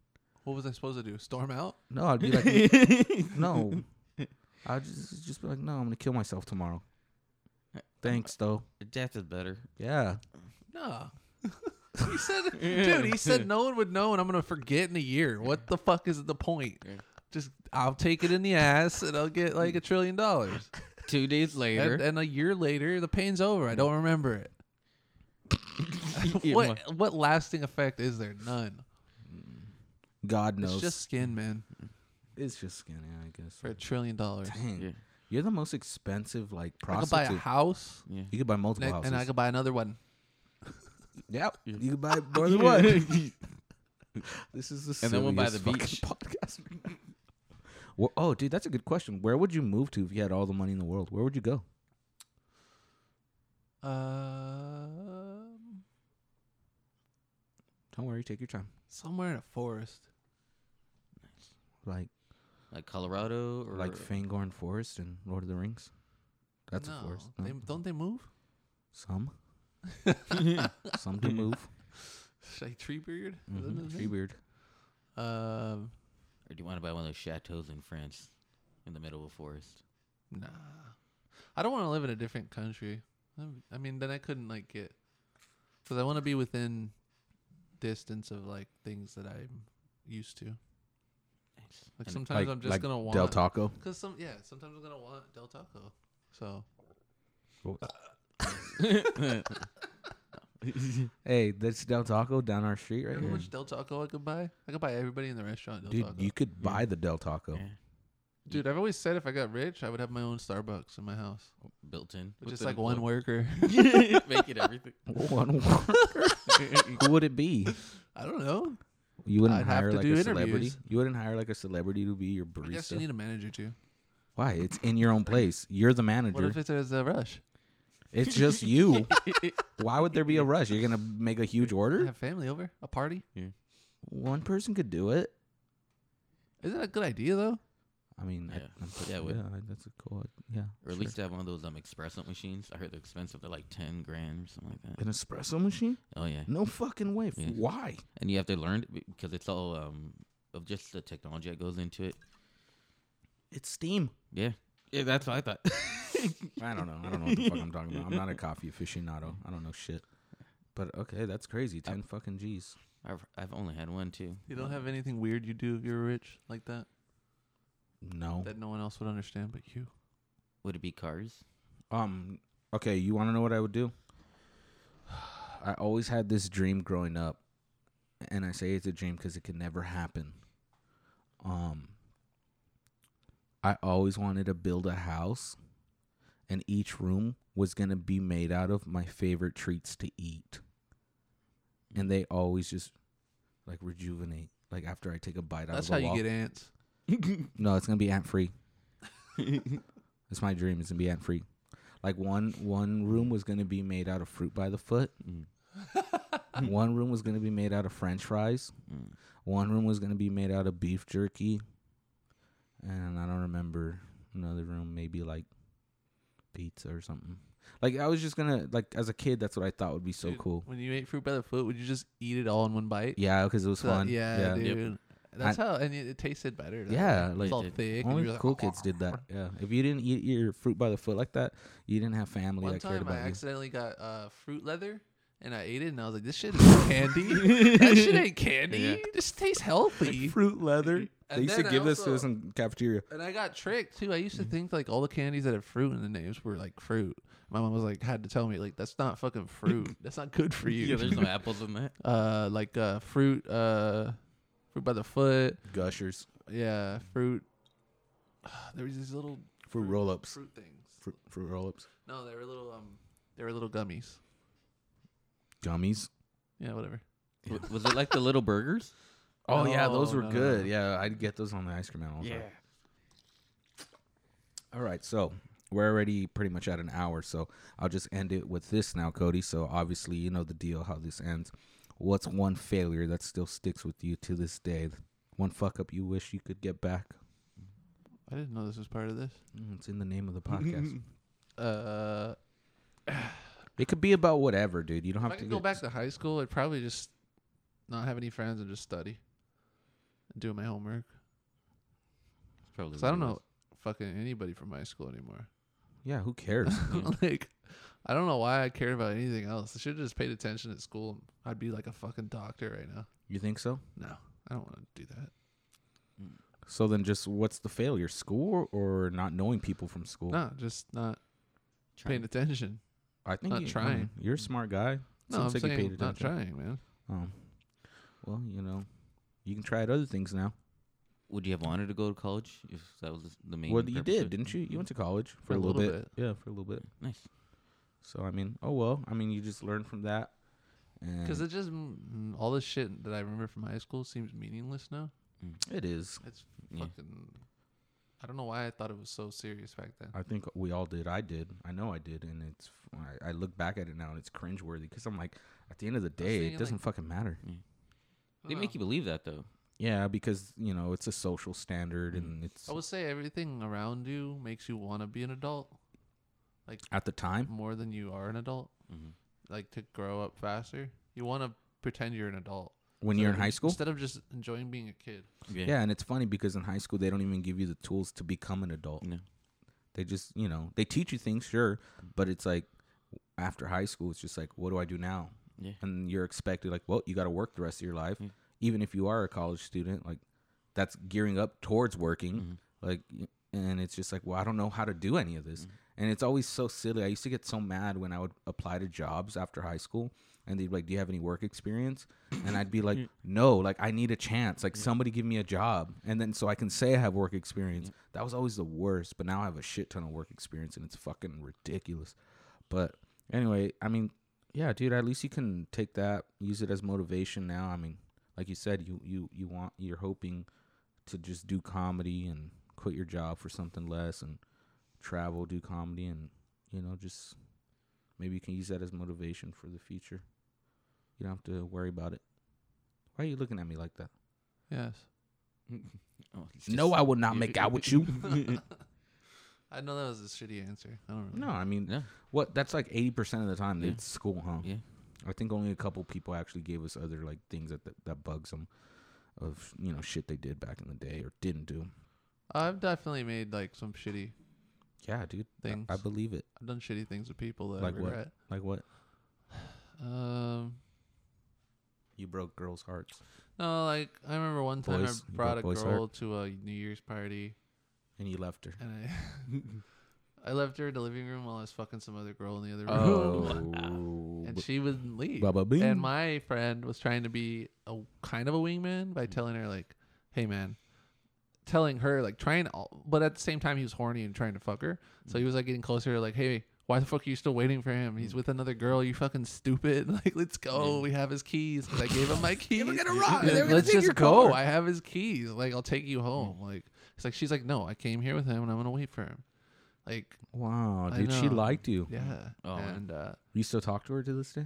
S4: What was I supposed to do? Storm out?
S2: No, I'd be like, no. I'd just, just be like, no, I'm gonna kill myself tomorrow. Thanks, though.
S3: Death is better.
S2: Yeah.
S4: Nah. he said, dude. He said no one would know, and I'm gonna forget in a year. What the fuck is the point?
S3: Yeah.
S4: Just I'll take it in the ass, and I'll get like a trillion dollars.
S3: Two days later,
S4: And, and a year later, the pain's over. I don't remember it.
S3: Yeah,
S4: what
S3: my-
S4: what lasting effect is there? None.
S2: God
S4: It's
S2: knows.
S4: just skin, man.
S2: it's just skinny, I guess.
S4: For a trillion dollars,
S2: Dang.
S3: Yeah.
S2: You're the most expensive like
S4: I could buy a
S2: prostitute.
S4: house,
S3: yeah.
S2: you could buy
S4: and
S2: multiple
S4: I,
S2: houses.
S4: and I could buy another one.
S2: Yep. You can buy more than one. this is the
S3: And then we'll buy the
S2: silliest
S3: beach.
S2: fucking podcast. right now. well, oh, dude, that's a good question. Where would you move to if you had all the money in the world? Where would you go?
S4: Um,
S2: Don't worry, take your time.
S4: somewhere in a forest.
S2: Like
S3: like Colorado or
S2: like Fangorn Forest in Lord of the Rings. That's
S4: no,
S2: a forest. Mm-hmm. No.
S4: They, don't they move?
S2: Some. Some do move.
S4: Like tree beard.
S2: hmm Tree beard.
S4: Um,
S3: or do you want to buy one of those chateaus in France, in the middle of a forest?
S4: Nah, I don't want to live in a different country. Um, I mean, then I couldn't like get because I want to be within distance of like things that I'm used to. Like
S3: And,
S4: sometimes I'm just gonna want
S2: Del Taco.
S4: because some yeah sometimes I'm gonna want Del Taco. So
S2: Hey, that's Del Taco down our street right
S4: you know how
S2: here.
S4: much Del Taco I could buy? I could buy everybody in the restaurant Del
S2: Dude,
S4: Taco.
S2: you could buy the Del Taco.
S3: Yeah.
S4: Dude, I've always said if I got rich, I would have my own Starbucks in my house,
S3: built in,
S4: which is
S3: Within
S4: like
S3: a
S4: one
S3: block.
S4: worker.
S3: Make it everything.
S2: One worker. Who would it be?
S4: I don't know.
S2: You wouldn't
S4: I'd have
S2: hire
S4: to
S2: like
S4: do
S2: a celebrity.
S4: interviews.
S2: You wouldn't hire like a celebrity to be your
S4: I guess you
S2: barista.
S4: need a manager too.
S2: Why? It's in your own place. You're the
S4: What
S2: manager.
S4: if it's a rush?
S2: it's just you. Why would there be a rush? You're gonna make a huge order.
S4: Have family over, a party.
S2: One person could do it.
S4: Is that a good idea though?
S2: I mean, I,
S3: Yeah.
S2: I'm pretty, yeah,
S3: Yeah, it would.
S2: I- that's a cool. Yeah,
S3: Or at
S2: sure.
S3: least have one of those um espresso machines. I heard they're expensive. They're like ten grand or something like that.
S2: an espresso machine.
S3: Oh yeah,
S2: No fucking way. F-
S3: Yeah.
S2: Why?
S3: and you have to learn it be- because it's all um of just the technology that goes into it.
S2: It's steam.
S3: Yeah, yeah, that's what I thought.
S2: I don't know. I don't know what the fuck I'm talking about. I'm not a coffee aficionado. I don't know shit. But okay, that's crazy. Ten fucking G's.
S3: I've I've only had one too.
S4: You don't have anything weird you do if you're rich like that
S2: No.
S4: that no one else would understand but you.
S3: Would it be cars?
S2: Um. Okay, you want to know what I would do? I always had this dream growing up, and I say it's a dream because it can never happen. Um. I always wanted to build a house, and each room was gonna be made out of my favorite treats to eat. And they always just like rejuvenate. Like after I take a bite out
S4: That's
S2: of
S4: how
S2: the
S4: you
S2: wall.
S4: get ants.
S2: No, it's gonna be ant free.
S3: Mm,
S2: That's my dream. It's gonna be ant free. Like one one room was gonna be made out of fruit by the foot.
S3: Mm.
S4: Mm.
S2: one room was gonna be made out of French fries.
S3: Mm.
S2: One room was gonna be made out of beef jerky. And I don't remember another room. Maybe like pizza or something. Like I was just gonna like as a kid. That's what I thought would be so
S4: Dude,
S2: cool.
S4: When you ate fruit by the foot, would you just eat it all in one bite?
S2: Yeah, because it was
S4: So-
S2: fun.
S4: Uh, yeah,
S2: yeah.
S3: Yep.
S4: dude. That's how, and it, it tasted better. though.
S2: Yeah,
S4: it's
S2: like-
S4: all
S3: It did.
S4: thick. and
S2: Only
S4: you were like,
S2: cool kids did that. Yeah, if you didn't eat your fruit by the foot like that, you didn't have family
S4: One
S2: that cared
S4: time, I
S2: about you.
S4: accidentally got uh, fruit leather, and I ate it, and I was like, "This shit is candy. that shit ain't candy. This tastes healthy."
S2: fruit leather.
S4: And
S2: they used to
S4: then I
S2: give this to
S4: also-
S2: us in cafeteria.
S4: And I got tricked too. I used to think like all the candies that had fruit in the names were like fruit. My mom was like had to tell me like that's not fucking fruit. That's not good for you.
S3: Yeah, there's no apples in that.
S4: uh like uh fruit uh fruit by the foot.
S2: Gushers,
S4: Yeah, fruit. There was these little
S2: fruit roll ups,
S4: fruit things.
S2: fruit, fruit roll ups,
S4: No, they were little um they were little gummies.
S2: gummies.
S4: Yeah, whatever.
S3: W- Was it like the little burgers?
S2: Oh yeah,
S4: No,
S2: those were
S4: no, no,
S2: good.
S4: no.
S2: Yeah, I'd get those on the ice cream man all the time. All right, so we're already pretty much at an hour, so I'll just end it with this now, Cody. So obviously, you know the deal how this ends. What's one failure that still sticks with you to this day? One fuck up you wish you could get back.
S4: I didn't know this was part of this.
S2: Mm, It's in the name of the podcast.
S4: Uh,
S2: it could be about whatever, dude. You don't have
S4: if I
S2: to
S4: could go
S2: get-
S4: back to high school, I'd probably just not have any friends and just study, and do my homework.
S3: It's probably
S4: Cause I
S3: what
S4: don't
S3: it
S4: know
S3: was.
S4: fucking anybody from high school anymore.
S2: Yeah, who cares?
S4: like, I don't know why I cared about anything else. I should have just paid attention at school. I'd be like a fucking doctor right now.
S2: you think so?
S4: No, I don't want to do that.
S2: So then, just what's the failure? School or not knowing people from school?
S4: No, just not
S3: Trying.
S4: paying attention.
S2: I think
S4: Not
S2: you,
S4: trying. Mm-hmm.
S2: You're a smart guy. Seems
S4: No, I'm
S2: like you
S4: saying
S2: paid
S4: not
S2: attention.
S4: trying, man.
S2: Um, well, you know, you can try at other things now.
S3: Would you have wanted to go to college if that was the main?
S2: well, you
S3: purpose
S2: did,
S3: of- Mm-hmm.
S2: didn't you? You went to college for,
S4: For
S2: a
S4: a
S2: little,
S4: little
S2: bit. Yeah, for a little bit.
S3: Nice.
S2: So I mean, oh well. I mean, you just learn from that. And
S4: Because it just mm, all this shit that I remember from high school seems meaningless now.
S2: it is.
S4: It's
S3: Yeah.
S4: fucking. I don't know why I thought it was so serious back then.
S2: I think we all did. I did. I know I did. And it's. I, I look back at it now, and it's cringeworthy because I'm like, at the end of the day,
S4: thinking,
S2: it doesn't
S4: like-
S2: fucking matter.
S3: They make you believe that though.
S2: Yeah, because you know it's a social standard,
S4: Mm-hmm.
S2: and it's
S4: I would say everything around you makes you want to be an adult
S2: at the time.
S4: more than you are an adult.
S3: Mhm.
S4: Like to grow up faster, you want to pretend you're an adult
S2: When
S4: instead
S2: you're in
S4: of-
S2: high school,
S4: instead of just enjoying being a kid.
S2: Yeah, and it's funny because in high school they don't even give you the tools to become an adult.
S3: No.
S2: They just, you know, they teach you things, sure, but it's like after high school, it's just like, what do I do now?
S3: Yeah.
S2: And you're expected, like, well, you got to work the rest of your life,
S3: Mm.
S2: even if you are a college student. Like, that's gearing up towards working.
S3: Mm-hmm.
S2: Like, y- and it's just like, well, I don't know how to do any of this.
S3: Mm-hmm.
S2: And it's always so silly. I used to get so mad when I would apply to jobs after high school and they'd be like, Do you have any work experience? And I'd be like, No, like I need a chance. Like somebody give me a job. And then so I can say I have work experience. That was always the worst. But now I have a shit ton of work experience and it's fucking ridiculous. But anyway, I mean, yeah, dude, at least you can take that, use it as motivation now. I mean, like you said, you you you want you're hoping to just do comedy and quit your job for something less and travel, do comedy and you know, just maybe you can use that as motivation for the future. You don't have to worry about it. Why are you looking at me like that?
S4: Yes,
S3: Oh, it's
S2: no,
S3: just-
S2: I will not make out with you.
S4: I know that was a shitty answer. I don't really.
S2: No, I mean,
S3: Yeah.
S2: what? That's like eighty percent of the time.
S3: Yeah.
S2: It's school, huh?
S3: Yeah.
S2: I think only a couple people actually gave us other like things that that, that bugs them, of you know shit they did back in the day or didn't do.
S4: I've definitely made like some shitty.
S2: Yeah, dude, I-
S4: Things.
S2: I, believe it.
S4: I've done shitty things with people that
S2: Like
S4: I
S2: what?
S4: regret.
S2: Like what?
S4: Um,
S2: You broke girls' hearts.
S4: no, like I remember one time
S2: Boys-
S4: I
S2: you
S4: brought
S2: got
S4: a
S2: boys
S4: girl to a New Year's party,
S2: And you left her.
S4: and I I left her in the living room while I was fucking some other girl in the other room,
S2: Oh,
S4: and she wouldn't leave.
S2: Baba Bing.
S4: And my friend was trying to be a kind of a wingman
S2: Mm.
S4: by telling her like, "Hey, man." Telling her like trying, to, but at the same time he was horny and trying to fuck her. So
S2: Mm.
S4: he was like getting closer, like, "Hey, why the fuck are you still waiting for him? He's with another girl. You fucking stupid! Like, let's go.
S2: Mm.
S4: We have his keys. 'Cause I gave him my keys.
S2: gonna rob.
S4: Yeah,
S2: They're gonna
S4: let's
S2: take
S4: just
S2: your
S4: go.
S2: car. Mm.
S4: I have his keys. Like I'll take you home. Like it's like she's like, no, I came here with him and I'm gonna wait for him. Like
S2: wow,
S4: I
S2: dude, she
S4: know.
S2: liked you.
S4: yeah,
S3: Oh, man.
S4: and uh,
S2: You still talk to her to this day?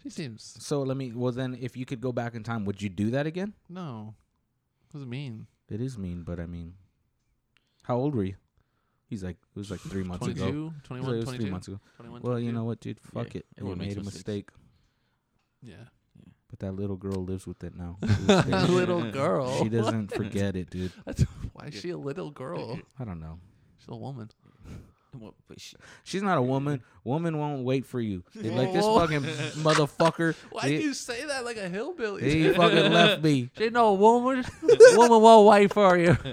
S4: she seems
S2: So let me. Well, then, if you could go back in time, would you do that again?
S4: no, it was mean.
S2: It is mean, but I mean, how old were you? He's like, it was like three months ago.
S4: 22,
S2: He's like,
S4: 21,
S2: it was three
S4: 22,
S2: months ago.
S4: 21,
S2: Well, you
S4: 22.
S2: know what, dude? Fuck
S3: Yeah,
S2: it. You
S3: everyone makes
S2: made a mistake,
S3: mistakes.
S4: yeah,
S2: but that little girl lives with it now.
S4: a little girl.
S2: she doesn't forget it, dude.
S4: Why is she a little girl?
S2: I don't know.
S4: She's a woman.
S3: What, but she,
S2: She's not a woman. Woman won't wait for you. They like this
S4: Whoa.
S2: fucking motherfucker.
S4: Why do
S2: They,
S4: you say that like a hillbilly?
S2: he fucking left me.
S4: She no woman. woman won't wait for you.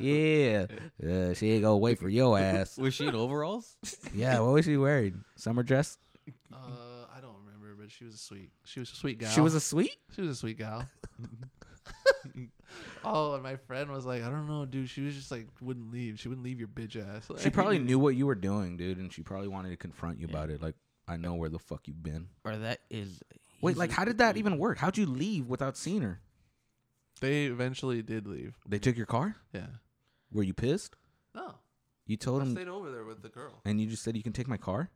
S2: Yeah, uh, she ain't gonna wait for your ass.
S3: was she in overalls?
S2: Yeah, what was she wearing? Summer dress.
S4: Uh, I don't remember, but she was a sweet. She was a sweet gal.
S2: She was a sweet.
S4: She was a sweet gal. oh, and my friend was like, I don't know, dude. She was just like, wouldn't leave. She wouldn't leave your bitch ass.
S2: She probably knew what you were doing, dude, and she probably wanted to confront you about it. Like, I know where the fuck you've been.
S3: or that is
S2: Wait, like how did that even work? How'd you leave without seeing her?
S4: They eventually did leave.
S2: They took your car?
S4: Yeah.
S2: Were you pissed?
S4: No.
S2: You told
S4: I
S2: him
S4: stayed over there with the girl.
S2: and you just said you can take my car?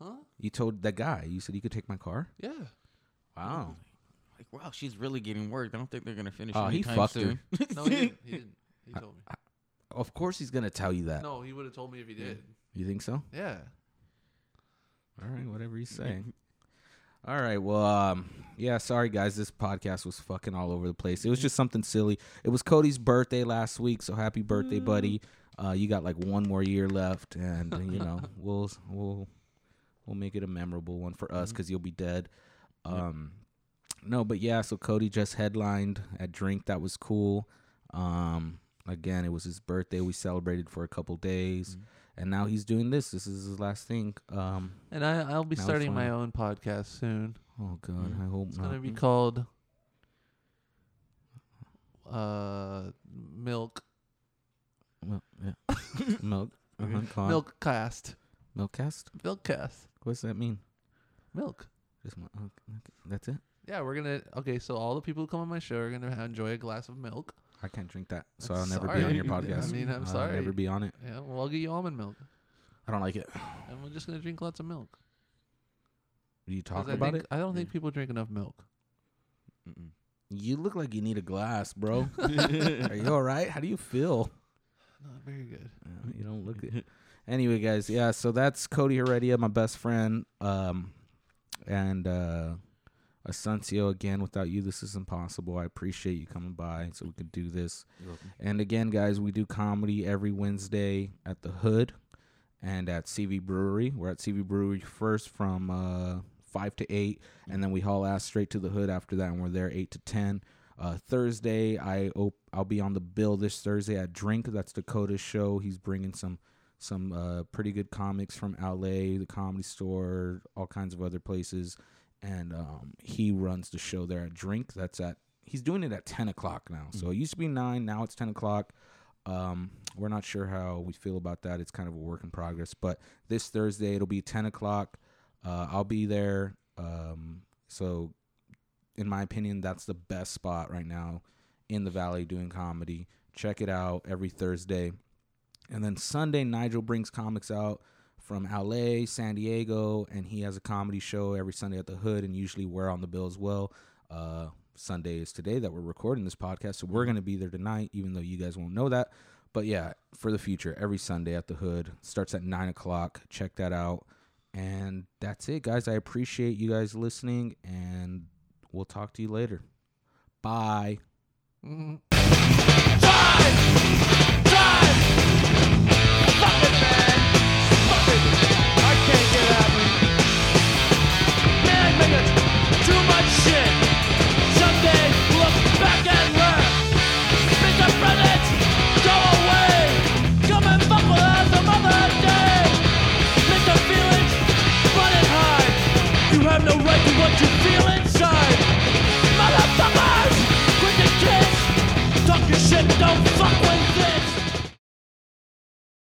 S4: Huh?
S2: You told that guy, you said you could take my car?
S4: Yeah.
S2: Wow.
S3: Like, wow, she's really getting worked. I don't think they're gonna finish.
S2: Oh, he
S3: anytime
S2: fucked
S3: soon.
S4: No, he didn't. He, didn't. he told me.
S2: Of course he's gonna tell you that.
S4: No, he would have told me if he did.
S2: You think so?
S4: Yeah.
S2: All right, whatever he's saying. All right, well, um, yeah, sorry guys, this podcast was fucking all over the place. It was just something silly. It was Cody's birthday last week, so happy birthday, buddy. Uh, you got like one more year left, and uh, you know we'll we'll we'll make it a memorable one for us because you'll be dead. Um, no, but yeah, so Cody just headlined at Drink. That was cool. Um, again, it was his birthday. We celebrated for a couple days, and now he's doing this. This is his last thing. Um,
S4: And I, I'll be
S2: That was
S4: starting my
S2: fun.
S4: own podcast soon.
S2: Oh God,
S3: Mm.
S2: I hope
S4: It's
S2: not.
S4: gonna be called uh milk
S2: Milk, yeah. milk, uh-huh, con-
S4: milk cast
S2: milk cast.
S4: milk cast
S2: What's that mean?
S4: milk.
S2: Just mi- okay, okay, that's it.
S4: Yeah, we're gonna okay. So all the people who come on my show are gonna ha- enjoy a glass of milk.
S2: I can't drink that, so
S4: I'm
S2: I'll never be on your
S4: sorry.
S2: podcast.
S4: I mean, I'm
S2: I'll
S4: sorry.
S2: never be on it.
S4: Yeah, well I'll get you almond milk,
S2: I don't like it. Are
S4: and we're just gonna drink lots of milk.
S2: you
S4: 'Cause
S2: talking
S4: I
S2: about
S4: think,
S2: it?
S4: I don't think
S3: Yeah.
S4: people drink enough milk.
S3: Mm-mm.
S2: You look like you need a glass, bro. Are you all right? How do you feel?
S4: Not very good.
S2: Uh, You don't look it. Anyway, guys, yeah. So that's Cody Heredia, my best friend, um, and uh, Asuncio. Again, without you, this is impossible. I appreciate you coming by so we could do this.
S3: You're welcome.
S2: And again, guys, we do comedy every Wednesday at the Hood and at CV Brewery. We're at CV Brewery first from uh, 5 to 8, and then we haul ass straight to the Hood after that, and we're there 8 to 10. Uh, Thursday, I op- I'll be on the bill this Thursday at Drink. That's Dakota's show. He's bringing some some uh, pretty good comics from LA, the Comedy Store, all kinds of other places, and um, he runs the show there at Drink. That's at he's doing it at 10 o'clock now. So it used to be 9, now it's 10 o'clock. Um, we're not sure how we feel about that. It's kind of a work in progress. But this Thursday, it'll be 10 o'clock. Uh, I'll be there. Um, so, in my opinion, that's the best spot right now in the Valley doing comedy. Check it out every Thursday. And then Sunday, Nigel brings comics out from LA, San Diego, and he has a comedy show every Sunday at the Hood, and usually we're on the bill as well. Uh, Sunday is today that we're recording this podcast, so we're going to be there tonight, even though you guys won't know that. But yeah, for the future, every Sunday at the Hood starts at nine o'clock. Check that out, and that's it, guys. I appreciate you guys listening, and we'll talk to you later. Bye.
S4: Mm.
S1: Drive! Drive! Fuck it, man! Fuck it!